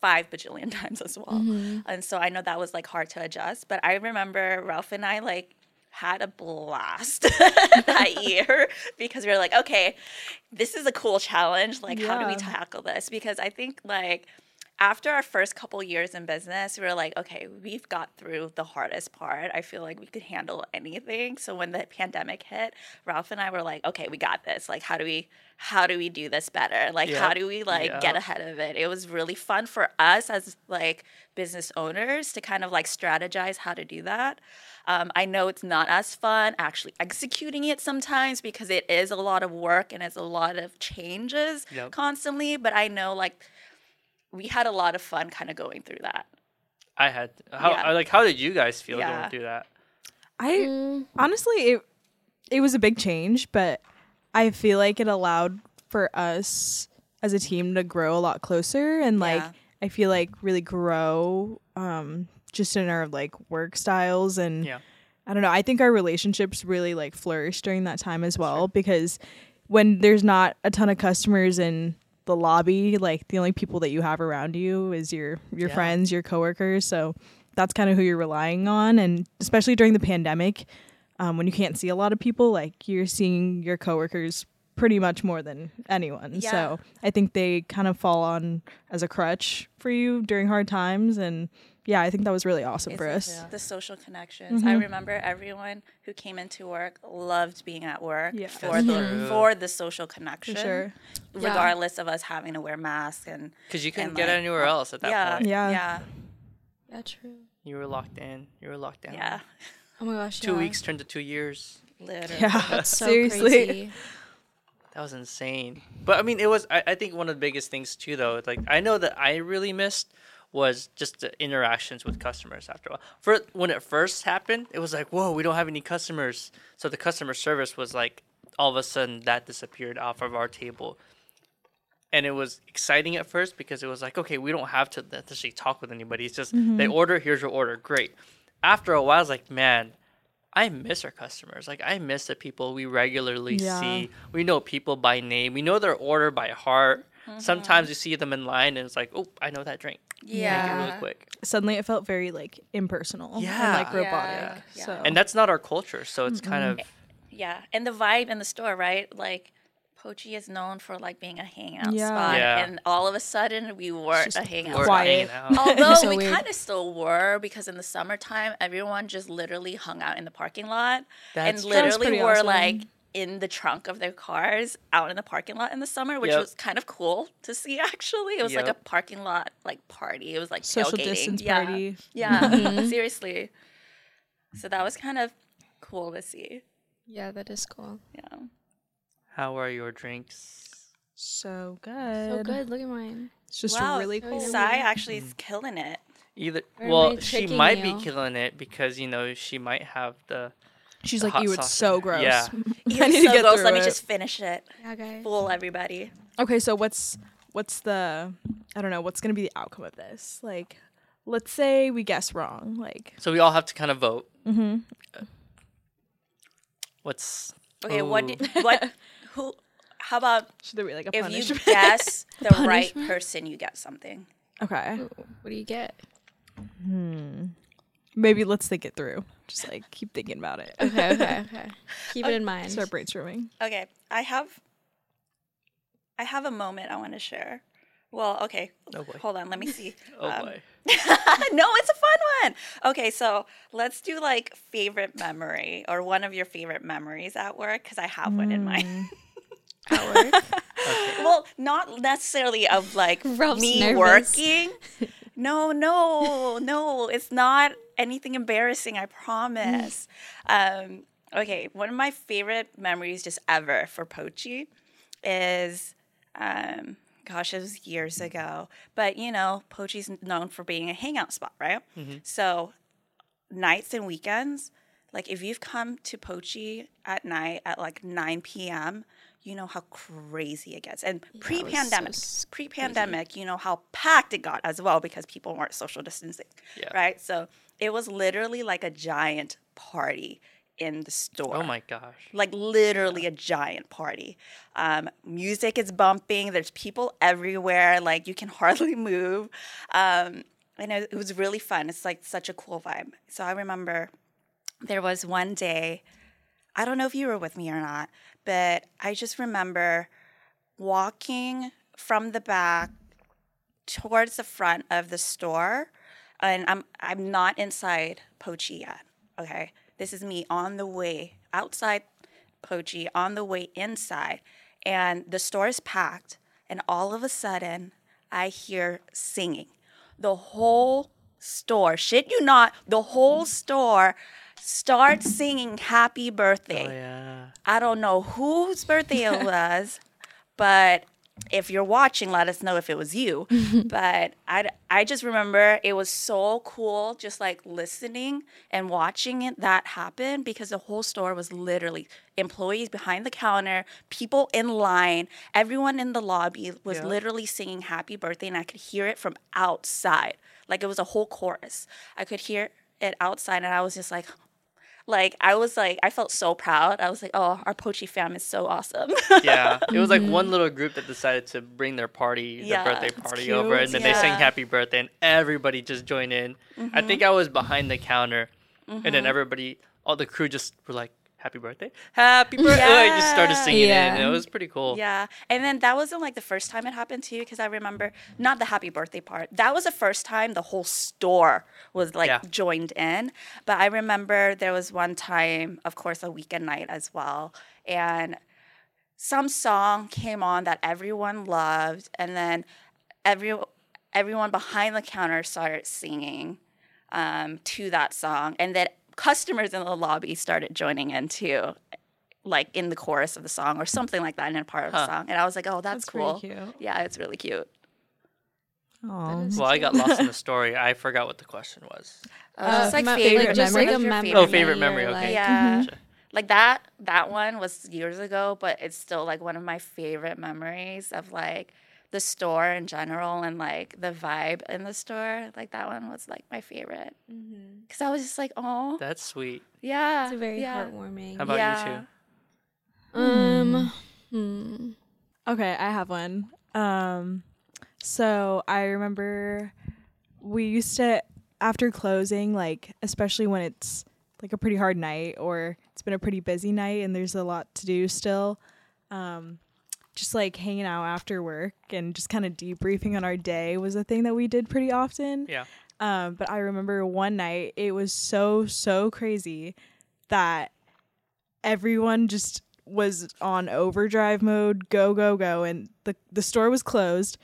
S4: five bajillion (laughs) times as well.
S3: Mm-hmm.
S4: And so I know that was like hard to adjust, but I remember Ralph and I like had a
S3: (laughs)
S4: blast (laughs) that year because we were like, okay, this is a cool challenge. Like, how do we
S2: Yeah.
S4: tackle this? Because I think like after our first couple years in business, we were like, okay, we've got through the hardest part. I feel like we could handle anything. So when the pandemic hit, Ralph and I were like, okay, we got this. Like, how do we how do we do this better? Like,
S1: Yep.
S4: how do we like
S1: Yep.
S4: get ahead of it? It was really fun for us as like business owners to kind of like strategize how to do that. Um, I know it's not as fun actually executing it sometimes because it is a lot of work and it's a lot of changes
S1: Yep.
S4: constantly. But I know like we had a lot of fun kind of going through that.
S1: I had how
S4: Yeah.
S1: I- like how did you guys feel
S4: Yeah.
S1: going through that?
S2: I
S3: Mm,
S2: honestly it it was a big change, but I feel like it allowed for us as a team to grow a lot closer and like
S4: Yeah.
S2: I feel like really grow um just in our like work styles and
S1: Yeah.
S2: I don't know. I think our relationships really like flourish during that time as well because when there's not a ton of customers in the lobby, like the only people that you have around you is your your
S1: Yeah.
S2: friends, your coworkers. So that's kind of who you're relying on, and especially during the pandemic, um, when you can't see a lot of people, like you're seeing your coworkers pretty much more than anyone.
S4: Yeah.
S2: So I think they kind of fall on as a crutch for you during hard times, and yeah, I think that was really awesome for us.
S4: The social connections.
S2: Mm-hmm.
S4: I remember everyone who came into work loved being at work
S2: Yeah.
S4: for the
S1: true.
S4: for the social connection.
S2: For sure.
S3: Yeah.
S4: Regardless of us having to wear masks and
S1: Because you couldn't
S4: And,
S1: get
S4: like, uh,
S1: anywhere else at that
S4: yeah,
S1: point.
S2: Yeah.
S4: yeah,
S3: yeah, true.
S1: You were locked in. You were locked down.
S4: yeah.
S3: Oh my gosh.
S1: Two
S3: yeah.
S1: weeks turned to two years.
S4: Literally.
S2: Yeah, (laughs)
S3: That's so
S2: seriously.
S3: crazy.
S1: That was insane. But I mean, it was. I, I think one of the biggest things too, though. Like I know that I really missed was just the interactions with customers. After a while, for when it first happened, it was like, whoa, we don't have any customers. So the customer service was like, all of a sudden, that disappeared off of our table. And it was exciting at first because it was like, okay, we don't have to actually talk with anybody. It's just they order, here's your order, great. After a while, I was like, man, I miss our customers. Like I miss the people we regularly
S2: Yeah.
S1: see. We know people by name. We know their order by heart. Sometimes you see them in line and it's like, oh, I know that drink. Make it really
S4: Yeah.
S1: quick.
S2: suddenly it felt very like impersonal
S1: Yeah.
S2: and like
S1: Yeah,
S2: robotic.
S4: yeah.
S2: So
S1: And that's not our culture, so it's kind of
S4: Yeah. And the vibe in the store, right? Like Pochi is known for like being a hangout
S2: Yeah.
S4: spot.
S1: Yeah.
S4: And all of a sudden we weren't
S2: just
S4: a hangout
S1: we're
S2: (laughs)
S4: spot.
S2: Eh, Quiet.
S1: hanging out.
S4: Although
S3: So
S4: we
S3: weird.
S4: kind of still were because in the summertime everyone just literally hung out in the parking lot
S1: That's
S4: and
S1: true.
S2: That was
S4: literally
S2: pretty
S4: were
S2: awesome.
S4: like in the trunk of their cars out in the parking lot in the summer, which
S1: Yep.
S4: was kind of cool to see (laughs) actually. It was like a
S1: Yep.
S4: parking lot like party. It was like
S2: social
S4: tailgating.
S2: distance
S4: yeah.
S2: party.
S4: Yeah, (laughs) seriously. So that was kind of cool to see.
S3: Yeah, that is cool.
S4: Yeah.
S1: How are your drinks?
S2: So good.
S3: So good. Look at mine.
S2: It's just
S4: wow,
S2: really cool.
S4: Sai actually
S1: Mm-hmm.
S4: is
S2: (laughs)
S4: killing it.
S1: Either
S3: Or am
S1: well,
S3: I
S1: she
S3: tricking
S1: might
S3: you?
S1: be killing it because you know she might have the
S2: She's
S1: The
S2: like,
S1: hot
S2: you it's
S1: sauce
S2: so
S1: in there.
S2: gross.
S1: Yeah.
S2: I need
S4: so
S2: to get
S4: gross.
S2: through
S4: Let me
S2: it. Oh.
S4: just finish it.
S3: Yeah, guys.
S4: Fool everybody.
S2: Okay, so what's what's the I don't know, what's gonna be the outcome of this? Like let's say we guess wrong. Like
S1: so we all have to kind of vote. Mm-hmm. What's
S4: Okay, what
S1: Ooh.
S4: did,
S1: (laughs)
S4: what who how about
S2: should there be like a
S4: if you
S2: punishment? (laughs)
S4: guess the right
S3: punishment?
S4: person you get something?
S2: okay.
S3: What do you get?
S2: Maybe let's think it through. Just like keep thinking about it.
S3: Okay, okay, okay. (laughs) Keep it in mind.
S2: Start brainstorming.
S4: Okay, I have I have a moment I want to share. Well, okay.
S1: Oh, boy.
S4: Hold on, let me see.
S1: (laughs) oh
S4: Um,
S1: boy.
S4: (laughs) no, it's a fun one. Okay, so let's do like favorite memory or one of your favorite memories at work cuz I have one in (laughs) mind.
S3: Mm. at work.
S4: (laughs) well, not necessarily
S3: (laughs)
S4: of like
S3: Ralph's
S4: me
S3: nervous. (laughs)
S4: working. No, no, no. It's not anything embarrassing, I promise.
S3: Mm.
S4: um, okay, one of my favorite memories just ever for Pochi is um gosh it was years ago but you know pochi's known for being a hangout spot right
S1: Mm-hmm.
S4: so nights and weekends like if you've come to pochi at night at like 9 p.m you know how crazy it gets and pre-pandemic
S3: s-
S4: pre-pandemic you know how packed it got as well because people weren't social distancing
S1: Yeah.
S4: right so it was literally like a giant party in the store
S1: Oh my gosh.
S4: like literally a giant party. Um, music is bumping. There's people everywhere. Like you can (laughs) hardly move. Um, and it, it was really fun. It's like such a cool vibe. So I remember there was one day. I don't know if you were with me or not, but I just remember walking from the back towards the front of the store and I'm I'm not inside Pochi yet. Okay. This is me on the way outside Pochi, on the way inside, and the store is packed, and all of a sudden I hear singing. The whole store, shit you not, the whole store starts singing happy birthday.
S1: Oh yeah.
S4: I don't know whose birthday it was, but if you're watching, let us know if it was you. but I, I just remember it was so cool just like listening and watching it that happen because the whole store was literally employees behind the counter, people in line, everyone in the lobby was
S1: Yeah.
S4: literally singing happy birthday and I could hear it from outside. Like it was a whole chorus. I could hear it outside and I was just like like I was like I felt so proud. I was like, "Oh, our Pochi fam is so awesome." (laughs)
S1: Yeah, it was like one little group that decided to bring their party,
S4: Yeah.
S1: their birthday
S4: That's
S1: party over, and then they sang
S4: Yeah.
S1: happy birthday, and everybody just joined in. I think I was behind the counter, and then everybody, all the crew just were like, happy birthday, happy birthday, just started
S4: Yeah.
S1: singing it, and
S3: Yeah.
S1: it was pretty cool.
S4: Yeah, and then that wasn't like the first time it happened too, because I remember not the happy birthday part. That was the first time the whole store was like
S1: Yeah.
S4: joined in. But I remember there was one time, of course, a weekend night as well, and some song came on that everyone loved, and then every everyone behind the counter started singing um, to that song, and then customers in the lobby started joining in too, like in the chorus of the song or something like that in a part of the
S1: Huh.
S4: song. And I was like, oh, that's,
S2: That's pretty
S4: cool.
S2: cute.
S4: Yeah, it's really cute.
S2: Aw.
S1: Well, I got lost in the story. I forgot what the question was.
S4: Uh, just like
S3: my-
S4: favorite,
S3: like, just
S4: memory.
S3: like a
S4: Your
S3: memory.
S1: Oh, favorite memory.
S3: or,
S1: Okay.
S3: like-
S4: Yeah. Like that that one was years ago, but it's still like one of my favorite memories of like the store in general and like the vibe in the store. Like that one was like my favorite. Cuz I was just like, "Oh,
S1: That's sweet.
S3: Mm-hmm.
S4: yeah."
S3: It's a very
S4: yeah.
S3: heartwarming.
S1: How (laughs) about you
S4: Yeah.
S1: two?
S3: Um, hmm.
S2: Okay, I have one. Um, so I remember we used to after closing, like especially when it's like a pretty hard night or it's been a pretty busy night and there's a lot to do still. Um, just like hanging out after work and just kind of debriefing on our day was a thing that we did pretty often.
S1: Yeah.
S2: Um, but I remember one night it was so so crazy that everyone just was on overdrive mode, go go go, and the the store was closed.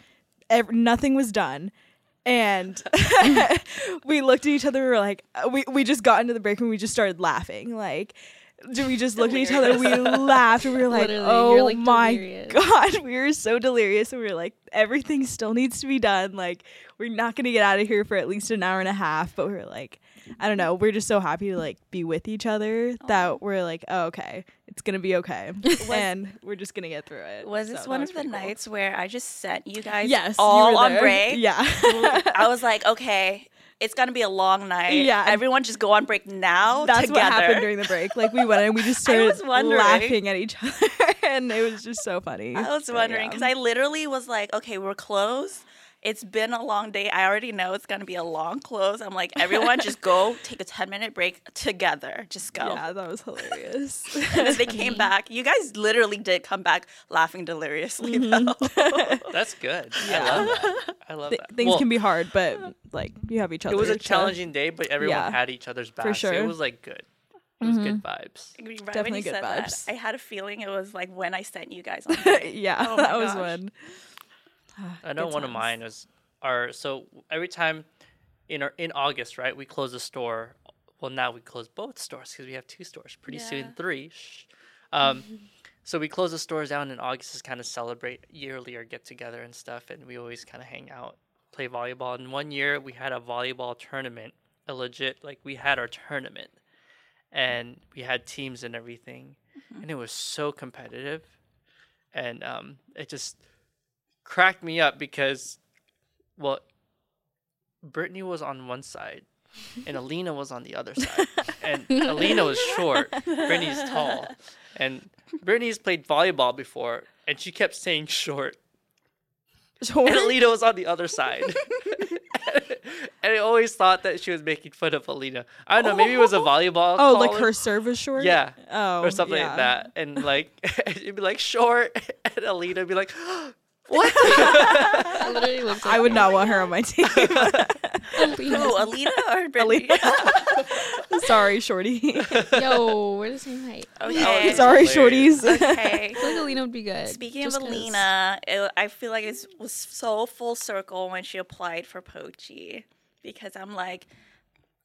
S2: Ev- nothing was done, and (laughs) we looked at each other. We were like, uh, we we just got into the break and we just started laughing. Like, do we just looked at each other? We laughed. We were like,
S3: Literally,
S2: oh
S3: you're, like,
S2: my
S3: delirious."
S2: god, (laughs) we were so delirious. And we were like, everything still needs to be done. Like, we're not gonna get out of here for at least an hour and a half. But we were like, I don't know. We're just so happy to like be with each other that we're like, oh, okay, it's gonna be
S4: (laughs)
S2: okay, (laughs) and we're just gonna get through it.
S4: Was
S2: So
S4: this
S2: that
S4: one
S2: was
S4: of the
S2: pretty cool.
S4: nights where I just sent you guys
S2: Yes, you
S4: all
S2: were
S4: on
S2: there. (laughs)
S4: break?
S2: Yeah,
S4: (laughs) I was like, okay, it's gonna be a long night.
S2: Yeah.
S4: everyone just go on break
S2: (laughs)
S4: now.
S2: that's
S4: together.
S2: what happened during the break. Like we went and we just
S4: (laughs) I
S2: started
S4: was wondering.
S2: laughing at each (laughs) other, and it was just so funny.
S4: (laughs) I was
S2: So,
S4: wondering
S2: yeah.
S4: because I literally was like, okay, we're closed. It's been a long day. I already know it's gonna be a long close. I'm like, everyone,
S2: (laughs)
S4: just go take a 10 minute break together. Just go.
S2: Yeah, that was hilarious.
S4: (laughs)
S2: (laughs)
S4: And then they came back. You guys literally did come back laughing deliriously
S2: Mm-hmm. (laughs)
S4: though.
S1: That's good. I love that. I love
S2: Th-
S1: that.
S2: things
S1: Well, uh,
S2: can be hard, but like you have each other.
S1: It was a
S2: so-
S1: challenging day, but everyone
S2: Yeah.
S1: had each other's backs. so
S2: sure.
S1: it was like good. It was good vibes.
S4: right when
S2: Definitely
S4: you
S2: good
S4: said
S2: vibes.
S4: that, I had a feeling it was like when I sent
S2: (laughs)
S4: you guys on. break.
S2: (laughs) yeah,
S4: Oh my
S2: that was
S4: gosh.
S1: (laughs)
S2: one.
S1: I know
S2: Good
S1: one of
S2: times.
S1: mine was our so every time in our in August, right? We close the store. Well, now we close both stores because we have two stores. Pretty soon,
S4: Yeah.
S1: three. Shh. Um,
S2: (laughs)
S1: so we close the stores down in August to kind of celebrate yearly or get together and stuff, and we always kind of hang out, play volleyball. And one year we had a volleyball tournament, a legit like we had our tournament, and we had teams and everything,
S2: Mm-hmm.
S1: and it was so competitive, and um, it just cracked me up because, well, Brittany was on one side and Alina was on the other side.
S2: (laughs)
S1: And Alina was short, Brittany's tall. And Brittany's played volleyball before and she kept saying short. (laughs) And Alina was on the other side. (laughs) and I always thought that she was making fun of Alina. I don't know, maybe it was a volleyball.
S2: Oh,
S1: call
S2: like
S1: or
S2: her service short.
S1: Yeah.
S2: Oh,
S1: or something
S2: yeah.
S1: like that. And like (laughs) it'd be like short (laughs) and Alina would be like (gasps) what?
S3: I literally looked.
S2: I would not want her on
S1: (laughs)
S2: my team. (laughs)
S4: Who, Oh, (laughs) Alina or Brittany? (laughs)
S2: Sorry, shorty.
S3: Yo, we're the same height.
S4: Uh, Okay.
S2: (laughs) Sorry,
S1: Hilarious.
S2: shorties. (laughs)
S4: Oh, Okay.
S3: I feel like Alina would be good.
S4: Speaking
S3: just
S4: of
S3: 'cause-
S4: Alina, it, I feel like it was so full circle when she applied for Pochi because I'm like,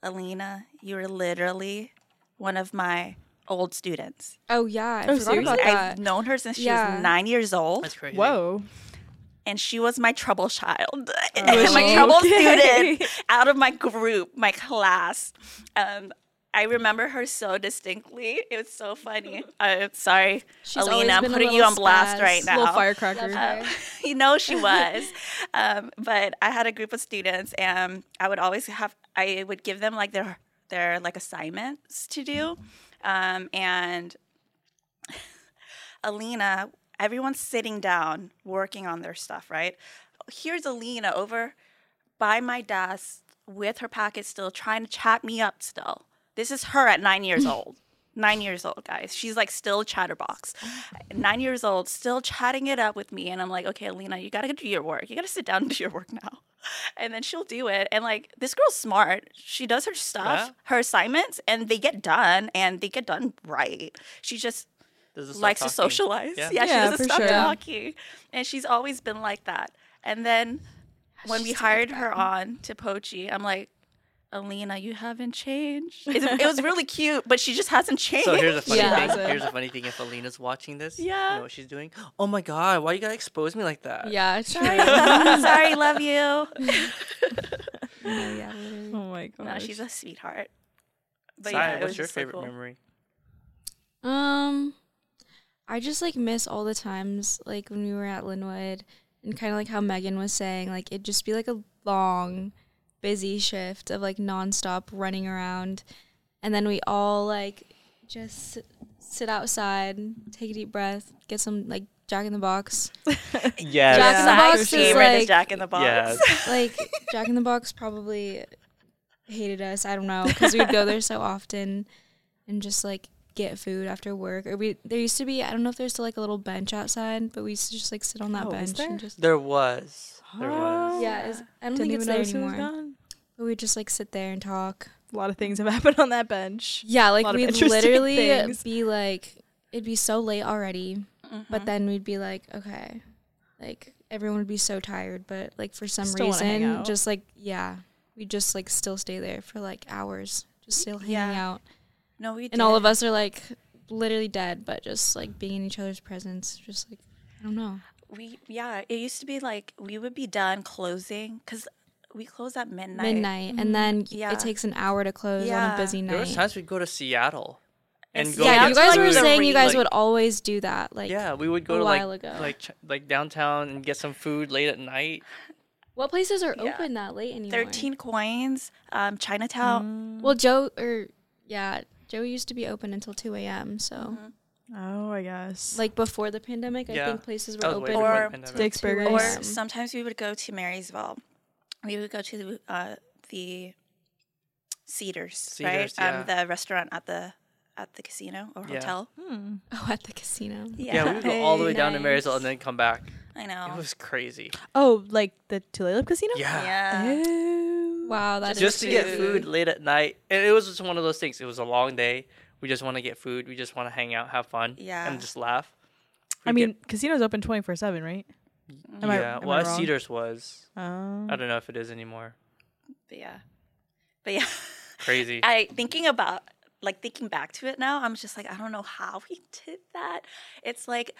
S4: Alina, you were literally one of my old students.
S3: Oh yeah, I
S2: Oh,
S3: forgot about
S2: seriously?
S3: (laughs) that.
S4: I've known her since she
S3: Yeah.
S4: was nine years old.
S1: That's crazy.
S2: Whoa.
S4: and she was my trouble child,
S3: was
S4: (laughs) my
S3: she?
S4: trouble
S2: Okay.
S3: (laughs)
S4: student out of my group, my class. Um, I remember her so distinctly. It was so funny. I'm sorry,
S3: She's always
S4: Alina. I'm
S3: been a
S4: putting
S3: little
S4: you on blast
S3: spaz,
S4: right now.
S2: Little firecracker.
S3: Love her.
S4: Um, (laughs) you know she was um, but i had a group of students and i would always have i would give them like their their like assignments to do um, and alina everyone's sitting down working on their stuff right here's alina over by my desk with her packet still trying to chat me up still this is her at nine years old nine years old guys she's like still chatterbox nine years old still chatting it up with me and i'm like okay alina you gotta do your work you gotta sit down and do your work now (laughs) and then she'll do it and like this girl's smart she does her stuff
S1: Yeah.
S4: her assignments and they get done and they get done right she just
S1: Doesn't stop
S4: likes to
S1: talking.
S4: socialize. Yeah, she
S2: Yeah,
S4: doesn't
S2: for
S4: stop
S2: sure.
S4: talking. And she's always been like that. And then when we hired her on to Pochi, I'm like, Alina, you haven't changed. It's, it was really cute, but she just hasn't
S1: (laughs)
S4: changed.
S1: So
S4: (laughs)
S3: (laughs)
S1: here's a funny
S3: Yeah.
S1: thing. Here's a funny thing. If Alina's watching this, you
S4: Yeah.
S1: know what she's doing? Oh my god, why you gotta expose me like that?
S3: Yeah, true. (laughs)
S4: Sorry, love you.
S3: yeah, literally.
S2: Oh
S1: (laughs)
S2: my god. (laughs)
S4: No, she's a sweetheart. But
S1: Sai,
S4: yeah, it was
S1: what's your
S4: just so
S1: favorite
S4: cool.
S1: memory?
S3: Um, I just like miss all the times like when we were at Linwood and kind of like how Megan was saying, like it'd just be like a long, busy shift of like nonstop running around, and then we all like just sit, sit outside, take a deep breath, get some like Jack in the Box,
S1: Yes.
S3: Jack in the
S4: Sai's
S3: Box is
S4: favorite
S3: like-
S4: is Jack in the
S3: (laughs)
S4: Box. (laughs)
S3: like Jack in the Box probably hated us. I don't know because we'd go there so often and just like get food after work. Or we there used to be I don't know if there's still like a little bench outside, but we used to just like sit on that
S2: Oh, is
S3: bench and
S2: there?
S3: just
S1: There was. There was.
S3: (gasps) yeah. Is, I don't
S2: Didn't
S3: think it's
S2: even
S3: there
S2: notice it was
S3: anymore.
S2: gone.
S3: But we just like sit there and talk.
S2: A lot of things have (laughs) happened on that bench.
S3: Yeah, like
S2: lot of
S3: we'd (laughs)
S2: interesting
S3: literally
S2: things.
S3: be like it'd be so late already,
S4: Mm-hmm. Uh-huh.
S3: but then we'd be like okay, like everyone would be so tired, but like for some
S2: Still wanna hang
S3: reason
S2: out.
S3: just like yeah, we just like still stay there for like hours, just still hanging
S4: Yeah.
S3: out.
S4: No, we did.
S3: and all of us are like literally dead, but just like being in each other's presence, just like I don't know.
S4: we yeah it used to be like we would be done closing because we close at midnight Mm-hmm.
S3: Midnight, and then
S4: Yeah.
S3: it takes an hour to close on
S4: Yeah.
S3: a busy
S1: There was
S3: night.
S1: times we'd go to Seattle and
S4: It's-
S1: go.
S3: Yeah,
S1: get
S3: you guys
S4: like,
S3: were
S4: the
S3: saying
S4: re-
S3: you guys
S1: like-
S3: would always do that. Like,
S1: yeah, we would go
S3: a
S1: to like
S3: while ago.
S1: like ch- like downtown and get some food late at night.
S3: what places are
S4: Yeah.
S3: open that late anymore?
S4: 13 coins um
S2: Mm,
S4: chinatown
S3: Well, Joe or yeah, Joe used to be open until two a.m. So
S1: Mm-hmm.
S2: Oh, I guess.
S3: like before the pandemic,
S1: Yeah.
S3: I think places were
S1: That was way
S3: open.
S1: before the
S4: Or-
S1: pandemic.
S2: Dick's
S3: till 2
S2: Burgers.
S4: or
S3: a.m.
S4: sometimes we would go to marysville we would go to uh, the cedars, right
S1: Cedars,
S4: um
S1: yeah.
S4: the restaurant at the at the casino or
S1: Yeah.
S4: hotel
S3: (laughs)
S2: Hmm.
S3: oh, at the casino.
S1: yeah. we would go all the way down
S3: (laughs)
S1: to Marysville and then come back.
S4: (laughs) i
S1: It
S4: know
S1: was crazy.
S2: Oh, like the Tulalip Casino?
S1: Yeah.
S4: yeah
S2: Oh.
S3: Wow, that is
S1: just to get
S3: cute.
S1: food late at night. And it was just one of those things. It was a long day. We just want to get food. We just want to hang out, have fun,
S4: Yeah.
S1: and just laugh.
S2: I
S1: We
S2: mean,
S1: get-
S2: casino's open 24 7, right? Am I-
S1: yeah.
S2: am I
S1: well,
S2: wrong?
S1: Cedars was.
S2: Um,
S1: I don't know if it is anymore.
S4: but yeah but yeah
S1: Crazy.
S4: (laughs) I thinking about like thinking back to it now, I'm just like, I don't know how we (laughs) did that. It's like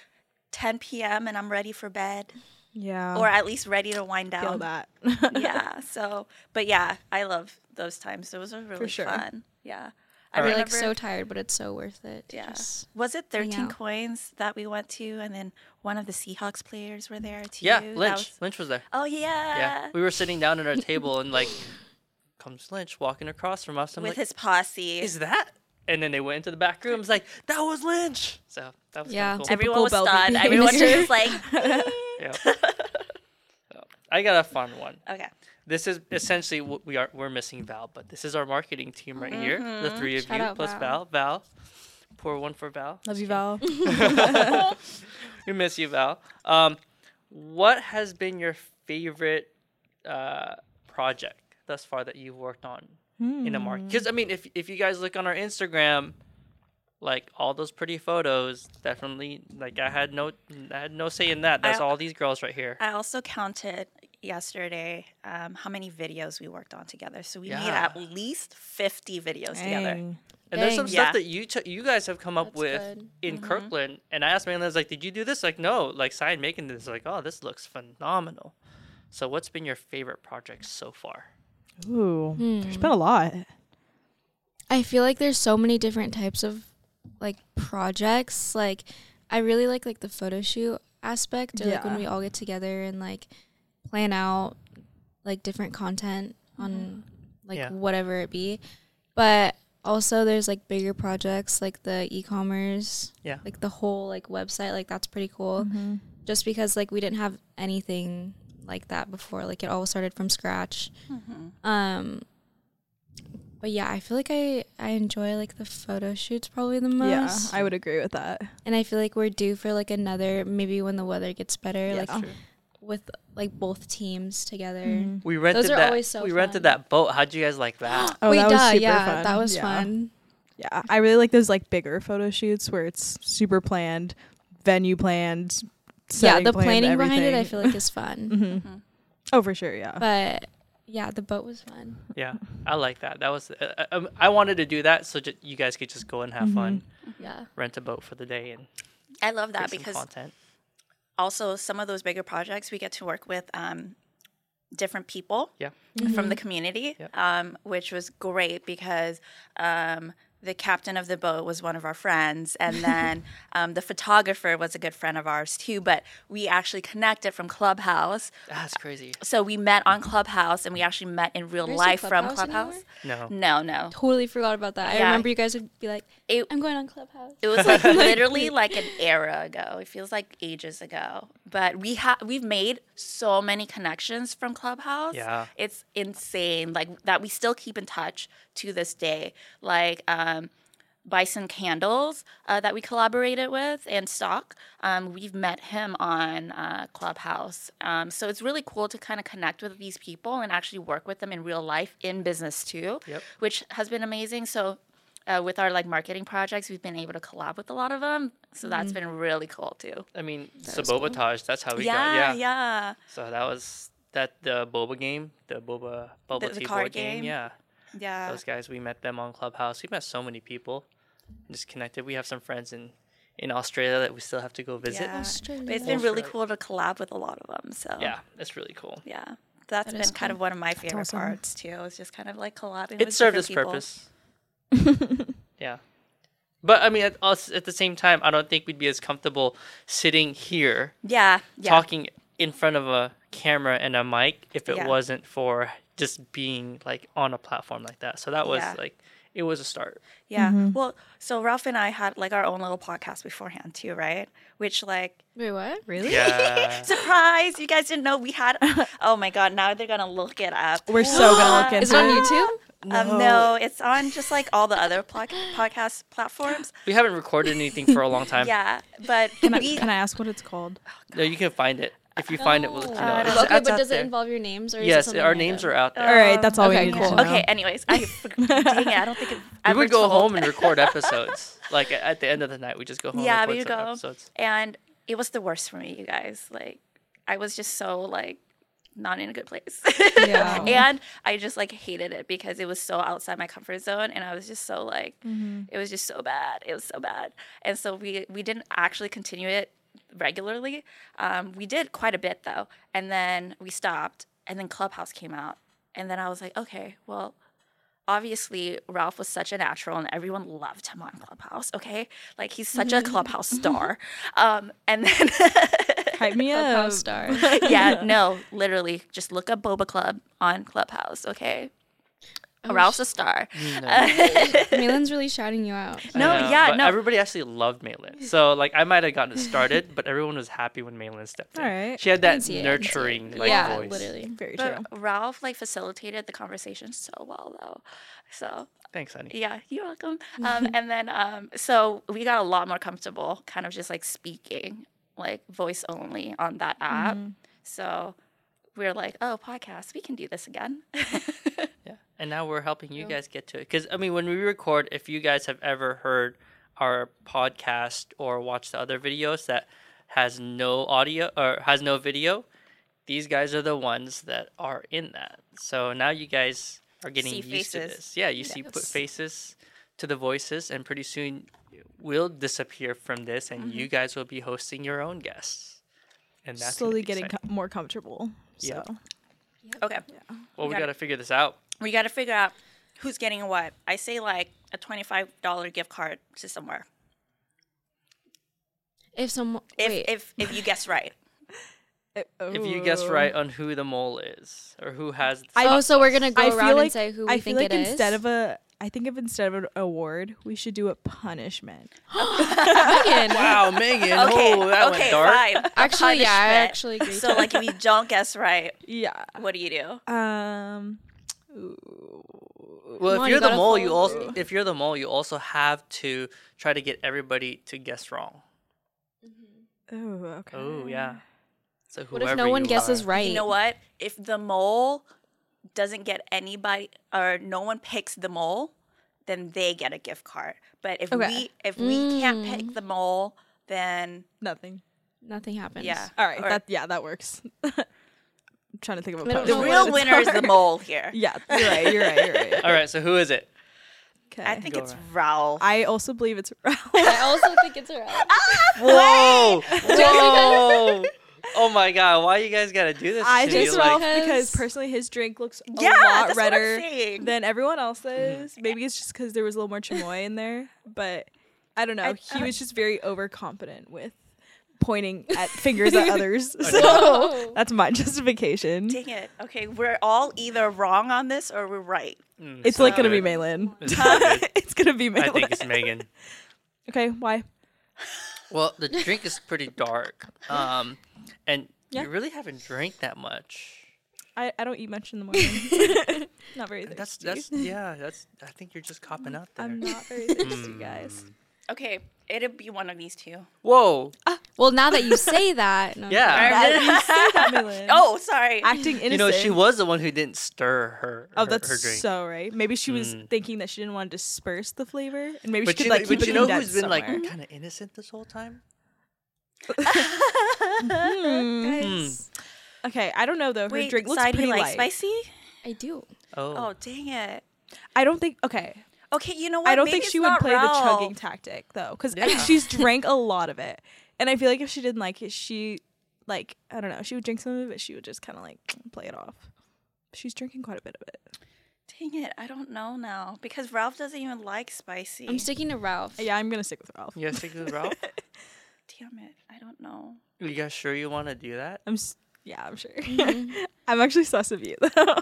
S4: 10 p.m. and I'm ready for bed,
S2: yeah.
S4: or at least ready to wind
S2: I feel
S4: down.
S3: (laughs)
S2: that.
S4: yeah. So, but yeah, I love those times. Those are really
S2: sure.
S4: fun. Yeah. I
S1: All
S3: You're
S1: right.
S3: like so
S4: remember-
S3: tired, but it's so worth it. to
S4: Yeah.
S3: just-
S4: Was it 13
S3: out.
S4: coins that we went to, and then one of the Seahawks players were there too?
S1: yeah,
S4: That
S1: Lynch.
S4: was-
S1: Lynch was there.
S4: oh yeah.
S1: Yeah. We were sitting down at our table and
S4: (laughs)
S1: like comes Lynch walking across from us. I'm
S4: With
S1: like,
S4: his posse.
S1: is that? And then they went into the back room. It's like, that was Lynch. So that was
S3: Yeah.
S1: yeah. cool.
S4: Everyone was
S2: Typical Bellevue
S4: stunned. Everyone was
S3: behavior.
S4: just like,
S1: yeah.
S4: (laughs)
S1: So, I got a fun one.
S4: okay.
S1: this is essentially what we are we're missing Val, but this is our marketing team right here. The three of
S3: Shout
S1: you
S3: out
S1: plus Val.
S3: Val.
S1: Val. Pour one for Val.
S2: Love you, Val.
S1: (laughs) We miss you, Val. Um, what has been your favorite uh, project thus far that you've worked on in a
S2: Hmm.
S1: market? Because I mean, if if you guys look on our Instagram, like all those pretty photos, definitely. Like I had no I had no say in that. That's
S4: I-
S1: all these girls right here.
S4: I also counted yesterday um, how many videos we worked on together. So we made
S1: Yeah.
S4: at least 50 videos together.
S2: Dang.
S1: And there's some
S3: Dang.
S4: Yeah.
S1: stuff that you t- you guys have come up
S3: That's
S1: with
S3: good.
S1: in Kirkland. And I asked Maylin, I was like, did you do this? Like, no. Like, Cyan making this. Like, oh, this looks phenomenal. So, what's been your favorite project so far?
S2: Ooh,
S3: Hmm.
S2: there's been a lot.
S3: I feel like there's so many different types of like projects. Like I really like like the photo shoot aspect or like when
S2: Yeah.
S3: we all get together and like plan out like different content on like
S1: Yeah.
S3: whatever it be. But also there's like bigger projects like the e-commerce.
S1: Yeah.
S3: Like the whole like website like that's pretty cool.
S2: Mm-hmm.
S3: Just because like we didn't have anything like that before. Like it all started from scratch.
S4: Mm-hmm.
S3: Um but yeah, I feel like I I enjoy like the photo shoots probably the most.
S2: Yeah, I would agree with that.
S3: and I feel like we're due for like another maybe when the weather gets better
S2: Yeah.
S3: like
S2: That's
S1: true.
S3: with like both teams together.
S2: Mm-hmm.
S1: We rented
S3: are
S1: that.
S3: always so
S1: we rented
S3: fun.
S1: that boat. How'd you guys like
S4: (gasps)
S1: that?
S2: Oh,
S3: Wait,
S2: that was
S3: duh,
S2: super
S3: yeah,
S2: fun.
S3: that was
S2: Yeah.
S3: fun.
S2: Yeah, I really like those like bigger photo shoots where it's super planned, venue planned.
S3: Yeah,
S2: setting
S3: the
S2: planned,
S3: planning behind it I
S2: everything.
S3: feel like is fun.
S2: (laughs)
S3: (laughs)
S4: Mm-hmm.
S2: Oh, for sure. Yeah.
S3: But yeah, the boat was
S2: (laughs)
S3: fun.
S1: yeah, I like that. That was. Uh, I, I wanted to do that so ju- you guys could just go and have fun,
S4: Mm-hmm.
S3: Yeah.
S1: rent a boat for the day, and
S4: I love that
S1: create some
S4: because
S1: content.
S4: also some of those bigger projects we get to work with um, different people
S1: Yeah.
S3: Mm-hmm.
S4: from the community
S1: Yep.
S4: um, which was great because um, the captain of the boat was one of our friends
S1: (laughs)
S4: and then um, the photographer was a good friend of ours too but we actually connected from clubhouse
S1: That's crazy.
S4: so we met on clubhouse and we actually met in real
S3: There's no
S4: life from
S3: Clubhouse
S4: clubhouse
S1: No.
S4: no no
S3: Totally forgot about that.
S4: Yeah.
S3: I remember you guys would be like,
S4: it,
S3: I'm going on Clubhouse.
S4: It was like literally like an era ago. It feels like ages ago. But we have we've made so many connections from Clubhouse.
S1: Yeah.
S4: It's insane. Like that we still keep in touch to this day. Like um Bison Candles uh, that we collaborated with and Stock. Um, we've met him on uh, Clubhouse. Um, so it's really cool to kind of connect with these people and actually work with them in real life in business too,
S1: Yep.
S4: which has been amazing. So uh, with our like marketing projects, we've been able to collab with a lot of them. So that's been really cool too.
S1: I mean, sabotage. That's how we got.
S4: Mm-hmm. yeah, yeah,
S1: So that was that the boba game, the boba bubble
S4: The- the
S1: tea
S4: card
S1: board game.
S4: game.
S1: Yeah,
S4: yeah.
S1: those guys. We met them on Clubhouse. We met so many people, just connected. We have some friends in in Australia that we still have to go visit.
S4: Yeah.
S1: Yeah,
S4: But it's
S3: Australia.
S4: been really
S1: Australia.
S4: cool to collab with a lot of them. So
S1: it's really cool.
S4: yeah. That's
S3: That
S4: been
S3: is
S4: kind of one of my favorite
S2: awesome.
S4: parts too. It's just kind of like collabing.
S1: It
S4: with
S1: served its
S4: different people.
S1: purpose.
S4: (laughs)
S1: yeah, but I mean, at us at the same time, I don't think we'd be as comfortable sitting here
S4: Yeah, yeah.
S1: talking in front of a camera and a mic if it
S4: Yeah.
S1: wasn't for just being like on a platform like that. So that was
S4: Yeah.
S1: like it was a
S4: (laughs)
S1: start.
S4: Yeah.
S2: Mm-hmm.
S4: Well, so Ralph and I had like our own little podcast beforehand too, right? Which like
S3: Wait, what?
S2: really?
S1: Yeah.
S4: surprise, you guys didn't know we
S2: (laughs)
S4: had Oh my god, now they're going to look it up.
S2: We're so gonna look into
S3: (gasps) Is it on YouTube?
S4: (gasps) Um no, it's on just like all the other plo- podcast platforms.
S1: We haven't recorded anything for a long time.
S4: Yeah, but
S2: Can I,
S4: we
S2: can I ask what it's
S3: (laughs)
S2: called?
S1: No, you can find it. If you find it, we'll let you know.
S4: Uh,
S1: It's-
S4: no.
S3: Okay,
S1: it's
S3: but
S1: out
S3: does
S1: there.
S3: it involve your names or is it
S1: Yes,
S3: something
S1: our
S3: random?
S1: names are out there.
S2: All right, that's all
S3: okay,
S2: we need
S3: cool.
S2: to know.
S4: Okay, anyways,
S2: (laughs)
S4: I dang it, I don't think it, I
S1: we would go home and
S3: (laughs)
S1: record episodes. like a- at the end of the night, we just go home.
S4: Yeah,
S1: and
S4: we
S1: record some
S3: (laughs)
S4: go.
S1: episodes.
S4: And it was the worst for me, you guys. Like I was just so like not in a good place.
S2: Yeah.
S4: (laughs) and I just like hated it because it was so outside my comfort zone and I was just so like it was just so bad. It was so bad. And so we we didn't actually continue it regularly. Um, we did quite a bit though. And then we stopped and then Clubhouse came out. And then I was like, okay, well, obviously Ralph was such a natural and everyone loved him on Clubhouse, okay? Like he's such a Clubhouse star. Um, and then (laughs)
S2: Hype me up.
S3: Clubhouse (laughs) star.
S4: yeah, no, literally just look up Boba Club on Clubhouse, okay?
S1: Oh,
S4: Ralph's a star.
S3: Uh,
S4: (laughs)
S3: Malin's really shouting you out.
S1: I
S4: No,
S1: Mm, know,
S4: yeah,
S1: but
S4: no.
S1: Everybody actually loved Maylin. So like I might have gotten it started, but everyone was happy when Maylin stepped in.
S2: All right.
S1: She had
S3: can
S1: that
S3: see it, I can see
S1: nurturing like
S3: yeah,
S1: voice.
S3: literally.
S2: Very true.
S4: But Ralph like facilitated the conversation so well though. So
S1: Thanks, honey.
S4: yeah, you're welcome. (laughs) Um, and then um, so we got a lot more comfortable, kind of just like speaking, like voice only on that app. So we're like, oh, podcast, we can do this again.
S1: Yeah. And now we're helping you guys get to it. Because I mean when we record, if you guys have ever heard our podcast or watched the other videos that has no audio or has no video, these guys are the ones that are in that. So now you guys are getting
S4: See
S1: used to
S4: faces.
S1: this. Yeah, you see put faces. to the voices, and pretty soon we'll disappear from this, and you guys will be hosting your own guests. And that's gonna
S2: slowly
S1: be
S2: getting
S1: exciting.
S2: co- more comfortable. So
S1: Yep.
S4: Okay.
S1: well, we
S4: got it.
S1: got to figure this out.
S4: We got to figure out who's getting what. I say like a $25 gift card to somewhere.
S3: If someone,
S4: If
S3: wait,
S4: if if you
S1: (laughs)
S4: guess right.
S1: If you guess right on who the mole is or who has, the
S3: oh,
S1: hot
S3: so we're
S1: sauce.
S3: gonna go
S2: I
S3: around
S2: feel like
S3: and say who we
S2: I feel
S3: think
S2: like
S3: it is. (gasps)
S2: instead of a I think if instead of an award, we should do a punishment.
S3: Megan.
S1: (laughs) Wow,
S3: (laughs)
S1: Megan.
S4: Okay.
S1: Oh, that
S4: okay,
S1: went dark.
S4: fine.
S3: Actually, yeah, I
S4: Punishment.
S3: actually agree.
S4: So like
S3: (laughs)
S4: if you don't guess right,
S2: Yeah.
S4: what do you do?
S2: Um
S1: Well,
S3: Come on,
S1: if
S3: you
S1: you're the
S3: gotta
S1: mole, you
S3: follow
S1: also if you're the mole, you also have to try to get everybody to guess wrong.
S2: oh, okay.
S1: Oh yeah. So (laughs) whoever
S3: what if no one
S1: you
S3: guesses
S1: are-
S3: right?
S4: You know what? If the mole doesn't get anybody or no one picks the mole, then they get a gift card. But if
S2: Okay.
S4: we if we can't
S3: Mm.
S4: pick the mole, then
S2: Nothing.
S3: Nothing happens.
S4: yeah.
S2: All right.
S4: Or-
S2: that yeah, that works. (laughs) I'm trying to think of a
S3: I don't
S4: the
S3: know
S2: punishment.
S4: real
S3: it's
S4: winner is the
S3: (laughs)
S4: mole here.
S2: (laughs) Yeah, you're right. You're right. You're right.
S1: All right, so who is it?
S2: Okay.
S4: I think
S1: Go
S4: it's
S1: around.
S4: Raul.
S2: I also believe it's (laughs)
S3: I also think it's
S4: (laughs)
S3: around.
S4: Ah,
S3: (laughs)
S1: Whoa! Whoa! oh my god, why you guys gotta do this?
S2: I
S1: to me?
S2: just
S1: like,
S2: Ralph because
S3: Because-
S2: personally his drink looks a
S4: Yeah,
S2: lot
S4: that's what I'm
S2: redder
S1: (laughs)
S4: saying.
S2: than everyone
S1: Mm-hmm.
S2: else's. Maybe it's just because there was a little more chamoy in
S1: (laughs)
S2: there, but I don't know. he was just very overconfident with pointing
S1: (laughs)
S2: at fingers at (laughs) others. So that's my (laughs) justification.
S4: Dang it. Okay, we're all either wrong on this or we're right.
S1: hmm,
S2: It's like gonna be
S1: good. (laughs)
S2: Malin.
S1: It's not good.
S2: (laughs) it's gonna be
S1: I
S2: Malin.
S1: think it's Megan.
S2: okay, why?
S1: Well, the drink is pretty dark, um, and
S2: Yeah.
S1: you really haven't drank that much.
S2: I, I don't eat much in
S1: (laughs)
S2: the morning.
S3: Oh.
S2: not very thirsty.
S1: That's that's yeah. That's I think you're just copping out there.
S2: I'm not
S1: (laughs)
S2: very thirsty,
S1: Hmm.
S2: guys.
S4: Okay, it'll be one of these two.
S1: Whoa!
S3: (laughs) Well, now that you say that, no,
S1: Yeah.
S2: (laughs) That, you
S4: (laughs)
S2: say that, (laughs) Malin.
S4: Oh, sorry.
S2: acting innocent.
S1: You know, she was the one who didn't stir her.
S2: Oh,
S1: her-
S2: that's
S1: her drink. Hmm.
S2: so right. Maybe she was thinking that she didn't want to disperse the flavor, and maybe
S1: But
S2: she
S1: you,
S2: could like
S1: know,
S2: keep
S1: but
S2: it
S1: you know who's
S2: condensed
S1: been like
S2: somewhere.
S1: kind of innocent this whole time? Mm-hmm.
S2: okay, I don't know though. Her
S4: Wait,
S2: drink looks
S4: side, you
S2: pretty
S4: like
S2: light.
S4: spicy?
S3: I do.
S1: Oh,
S4: Oh, dang it.
S2: I don't think. Okay,
S4: Okay, you know what?
S2: I don't
S4: Maybe
S2: think
S4: it's
S2: she would
S4: not
S2: play the
S4: Raul.
S2: chugging tactic though, because
S1: Yeah.
S2: she's drank a lot of it, and I feel like if she didn't like it, she like I don't know, she would drink some of it. She would just kind of like play it off. She's drinking quite a bit of it.
S4: Dang it, I don't know now because Ralph doesn't even like spicy.
S3: I'm sticking to Ralph.
S2: Yeah, I'm gonna stick with Ralph.
S1: you guys think this route?
S4: Damn it, I don't know.
S1: You guys sure you want to do that?
S2: I'm. S- yeah, I'm sure. I'm actually sus of you though.
S3: (laughs)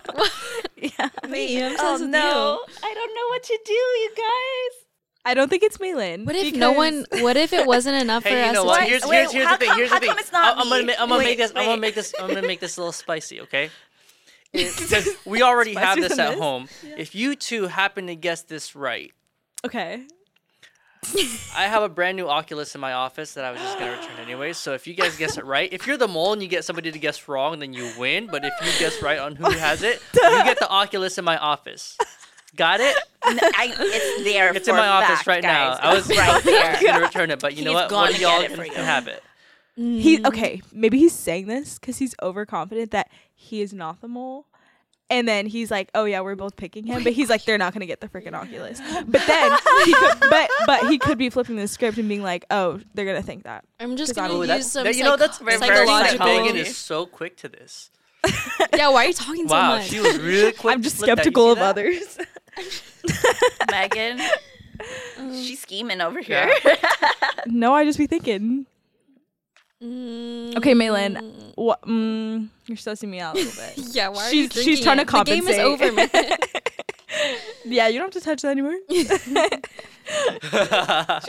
S2: (laughs) yeah.
S3: (laughs) Wait, I'm
S4: Oh
S3: obsessed with
S4: no, I don't know what to do, you guys.
S2: I don't think it's Malin.
S3: you. What if no
S2: because-
S3: one? What if it wasn't enough for
S1: Hey, you
S3: us?
S1: know
S3: to
S1: what?
S3: taste?
S1: Here's,
S4: Wait,
S1: here's, here's
S4: how
S1: the thing.
S4: come-
S1: Here's the
S4: how
S1: thing.
S4: come it's
S1: I-
S4: not
S1: I'm gonna,
S4: me?
S1: ma- I'm gonna
S4: Wait,
S1: make this. I'm
S4: wait.
S1: gonna make this. I'm gonna make this a little spicy. Okay. Because (laughs) we already have
S2: Spicier
S1: this
S2: than
S1: at
S2: this?
S1: home. If you two happen to guess this right,
S2: (laughs) Okay.
S1: I have a brand new Oculus in my office that I was just gonna return anyway. So if you guys guess it right, if you're the mole and you get somebody to guess wrong, then you win. But if you guess right on who has it, you get the Oculus in my office. Got it?
S4: N- I,
S2: (laughs)
S4: it's there.
S1: It's
S4: for
S1: in my
S4: a
S1: office
S4: fact,
S1: right
S4: guys.
S1: now. I was
S4: It's
S1: (laughs)
S4: (laughs) right there.
S1: gonna return it, but you know
S4: He's
S1: what? One
S4: gonna
S1: of y'all
S4: get it
S1: can,
S4: for you.
S1: can have it.
S2: He okay. Maybe he's saying this because he's overconfident that he is not the mole, and then he's like, "Oh yeah, we're both picking him," but he's like, "They're not gonna get the freaking Oculus." But then, he could, but but he could be flipping the script and being like, "Oh, they're gonna think that."
S3: I'm just
S2: 'Cause I
S3: gonna
S2: don't-
S1: Ooh,
S3: use
S1: that's,
S3: some
S1: that- you know that's
S3: psych-
S1: embarrassing that
S3: psychological.
S1: Megan is so quick to this.
S3: yeah, why are you talking so
S1: Wow,
S3: much?
S1: she was
S4: (laughs)
S1: really quick.
S2: I'm
S1: to
S2: just
S1: flip that. You
S2: skeptical
S1: see
S2: of
S1: that?
S2: others.
S4: Megan, she's scheming over
S1: Yeah.
S4: here.
S2: no, I just be thinking.
S3: (laughs) Mm,
S2: Okay, Malin, what? Mm, you're sussing me out a little
S3: (laughs)
S2: bit.
S3: yeah, why are you
S2: she's she's
S3: drinking
S2: trying
S3: it?
S2: to compensate.
S3: The game is over.
S2: (laughs)
S3: man.
S2: yeah, you don't have to touch that anymore. she's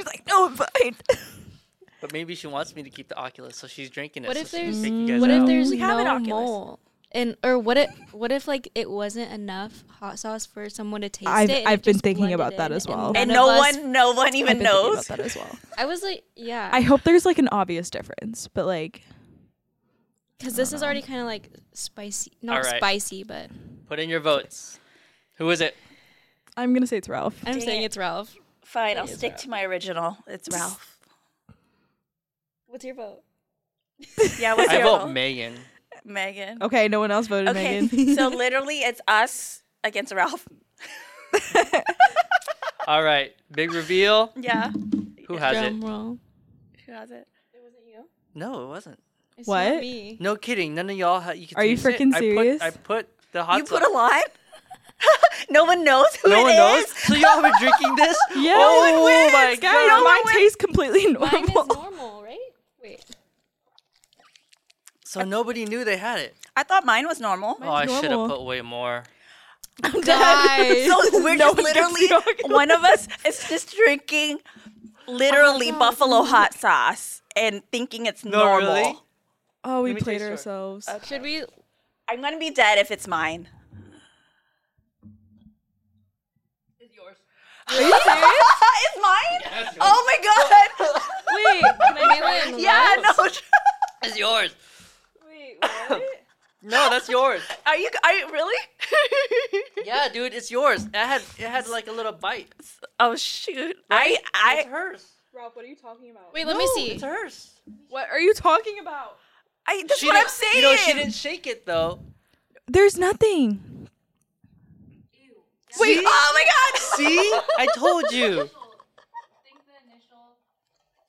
S2: like, "No, I'm fine."
S1: (laughs) But maybe she wants me to keep the Oculus, so she's drinking it. so
S3: What if
S1: she can
S3: there's-
S1: take you guys
S3: what if
S1: out.
S3: there's
S4: We have an
S3: no
S4: Oculus.
S3: mole? And or what if what if like it wasn't enough hot sauce for someone to taste
S2: I've-
S3: it? and
S2: I've
S3: it
S2: been
S3: just
S2: thinking
S3: blended
S2: about that
S3: in
S2: as well.
S4: (laughs) and
S3: none
S4: no
S3: of us-
S4: one, no one even knows.
S2: that as well.
S3: I was like, yeah,
S2: I hope there's like an obvious difference, but like
S3: because this is already kind of like spicy,
S1: All
S3: not
S1: right.
S3: spicy, but
S1: Put in your votes. Who is it?
S2: I'm gonna say it's Ralph.
S3: I'm
S4: Dang
S3: saying
S4: it.
S3: it's Ralph.
S4: Fine, I'll stick to my original.
S2: (laughs)
S4: It's Ralph.
S3: What's your vote?
S4: Yeah, what's
S1: I
S4: your
S1: vote
S4: vote?
S1: Megan.
S4: Megan.
S2: Okay, no one else voted
S1: (laughs)
S4: Okay,
S2: Megan. (laughs)
S4: so literally, it's us against Ralph.
S1: All right, big reveal. (laughs)
S4: yeah.
S1: Mm-hmm. Who has it?
S2: roll.
S4: Who has it? It wasn't you.
S1: No, it wasn't.
S3: It's
S2: What? (laughs)
S3: not me.
S1: No kidding. None of y'all. Ha- you can
S2: Are you
S1: taste it.
S2: freaking
S1: I put-
S2: serious?
S1: I put the hot.
S4: you
S1: sauce-
S4: put a lot? (laughs) no one knows who
S1: No
S4: it
S1: one
S4: is?
S1: knows. So y'all have been drinking this?
S2: (laughs) Yeah.
S1: Oh my
S2: Guys,
S1: god.
S2: mine tastes completely (laughs)
S3: Mine is
S2: normal.
S3: normal, right? Wait.
S1: So nobody knew they had it.
S4: I thought mine was normal.
S1: Oh, I should have
S2: normal.
S1: put way more.
S2: (laughs)
S1: (laughs)
S2: Guys.
S4: So we're
S2: No one
S4: just
S2: gets
S4: literally
S2: the
S4: one of us is just drinking literally buffalo hot sauce and thinking it's
S1: No,
S4: normal.
S1: really?
S2: Oh, we
S1: Let me
S2: played
S1: taste yours.
S2: ourselves.
S3: Should we?
S4: I'm gonna be dead if it's mine. (laughs) It's mine? oh my god!
S1: (laughs)
S2: Wait,
S3: Maylin,
S4: (laughs) yeah,
S3: what?
S4: no.
S1: That's yours.
S3: Wait, what?
S1: (laughs) No, that's
S2: (laughs)
S1: yours.
S4: Are you? Are you really? (laughs)
S1: Yeah, dude, it's yours. It had it had like a little bite.
S4: oh shoot! I
S1: It's
S4: I
S1: hers.
S2: Rob, what are you talking about?
S3: Wait, let me see.
S1: It's hers.
S2: What are you talking about?
S4: I. That's
S1: She
S4: what I'm
S1: didn't-
S4: saying.
S1: You know, she didn't shake it though.
S2: There's nothing.
S4: Wait! Oh my god!
S1: (laughs) See, I told you.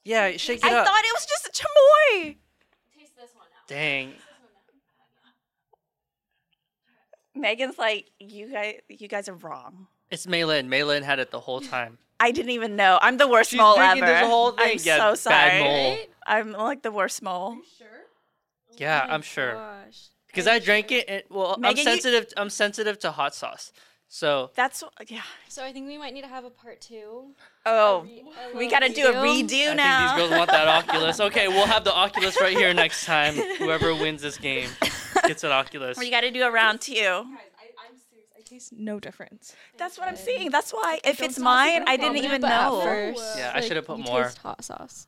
S1: Yeah, shake it
S4: I
S1: up.
S4: thought it was just a chamoy.
S1: Dang.
S4: Megan's like, you guys, you guys are wrong.
S1: It's Maylin. Maylin had it the whole time.
S4: I didn't even know. I'm the
S1: (laughs)
S4: worst
S1: She's
S4: mole
S1: drinking
S4: ever.
S1: this whole thing.
S4: I'm
S1: Yeah,
S4: so
S1: bad
S4: sorry.
S1: mole.
S4: I'm like the worst mole.
S1: Yeah, I'm sure. Because I drank it. And, well,
S4: Megan, you-
S1: I'm sensitive. I'm sensitive to hot sauce. So
S4: That's yeah.
S3: So I think we might need to have a part two.
S4: Oh,
S3: A
S4: we
S3: little
S4: gotta do a
S1: I
S4: redo
S1: think
S4: now.
S1: (laughs) these girls want that Oculus. Okay, we'll have the Oculus right here next
S4: (laughs)
S1: time. Whoever wins this game gets an Oculus.
S4: We gotta do a round two.
S2: I taste no difference.
S4: That's what I'm saying. That's why if it's
S3: Don't
S4: mine,
S3: talk
S4: I
S3: about
S4: didn't
S3: it,
S4: even
S3: but at
S4: know.
S3: First,
S1: Yeah, I
S3: like,
S1: should've put
S3: you
S1: more.
S3: taste hot sauce.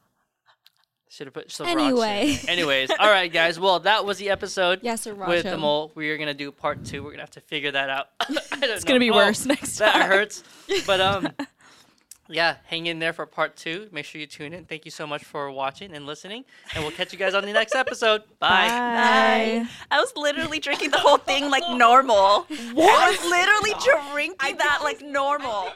S1: Should have put some
S3: Anyway.
S1: rocks in. Anyways, all right, guys. Well, that was the episode.
S3: Yeah, sriracha.
S1: with the mole. We are gonna do part two. We're gonna have to figure that out. (laughs)
S2: (laughs) It's gonna be worse next
S1: Oh, That
S2: time.
S1: hurts. But
S2: (laughs)
S1: um, yeah, hang in there for part two. Make sure you tune in. Thank you so much for watching and listening, and we'll catch you guys on the next episode. Bye.
S2: Bye.
S4: I was literally drinking the whole thing like normal. What? I was literally drinking that like normal.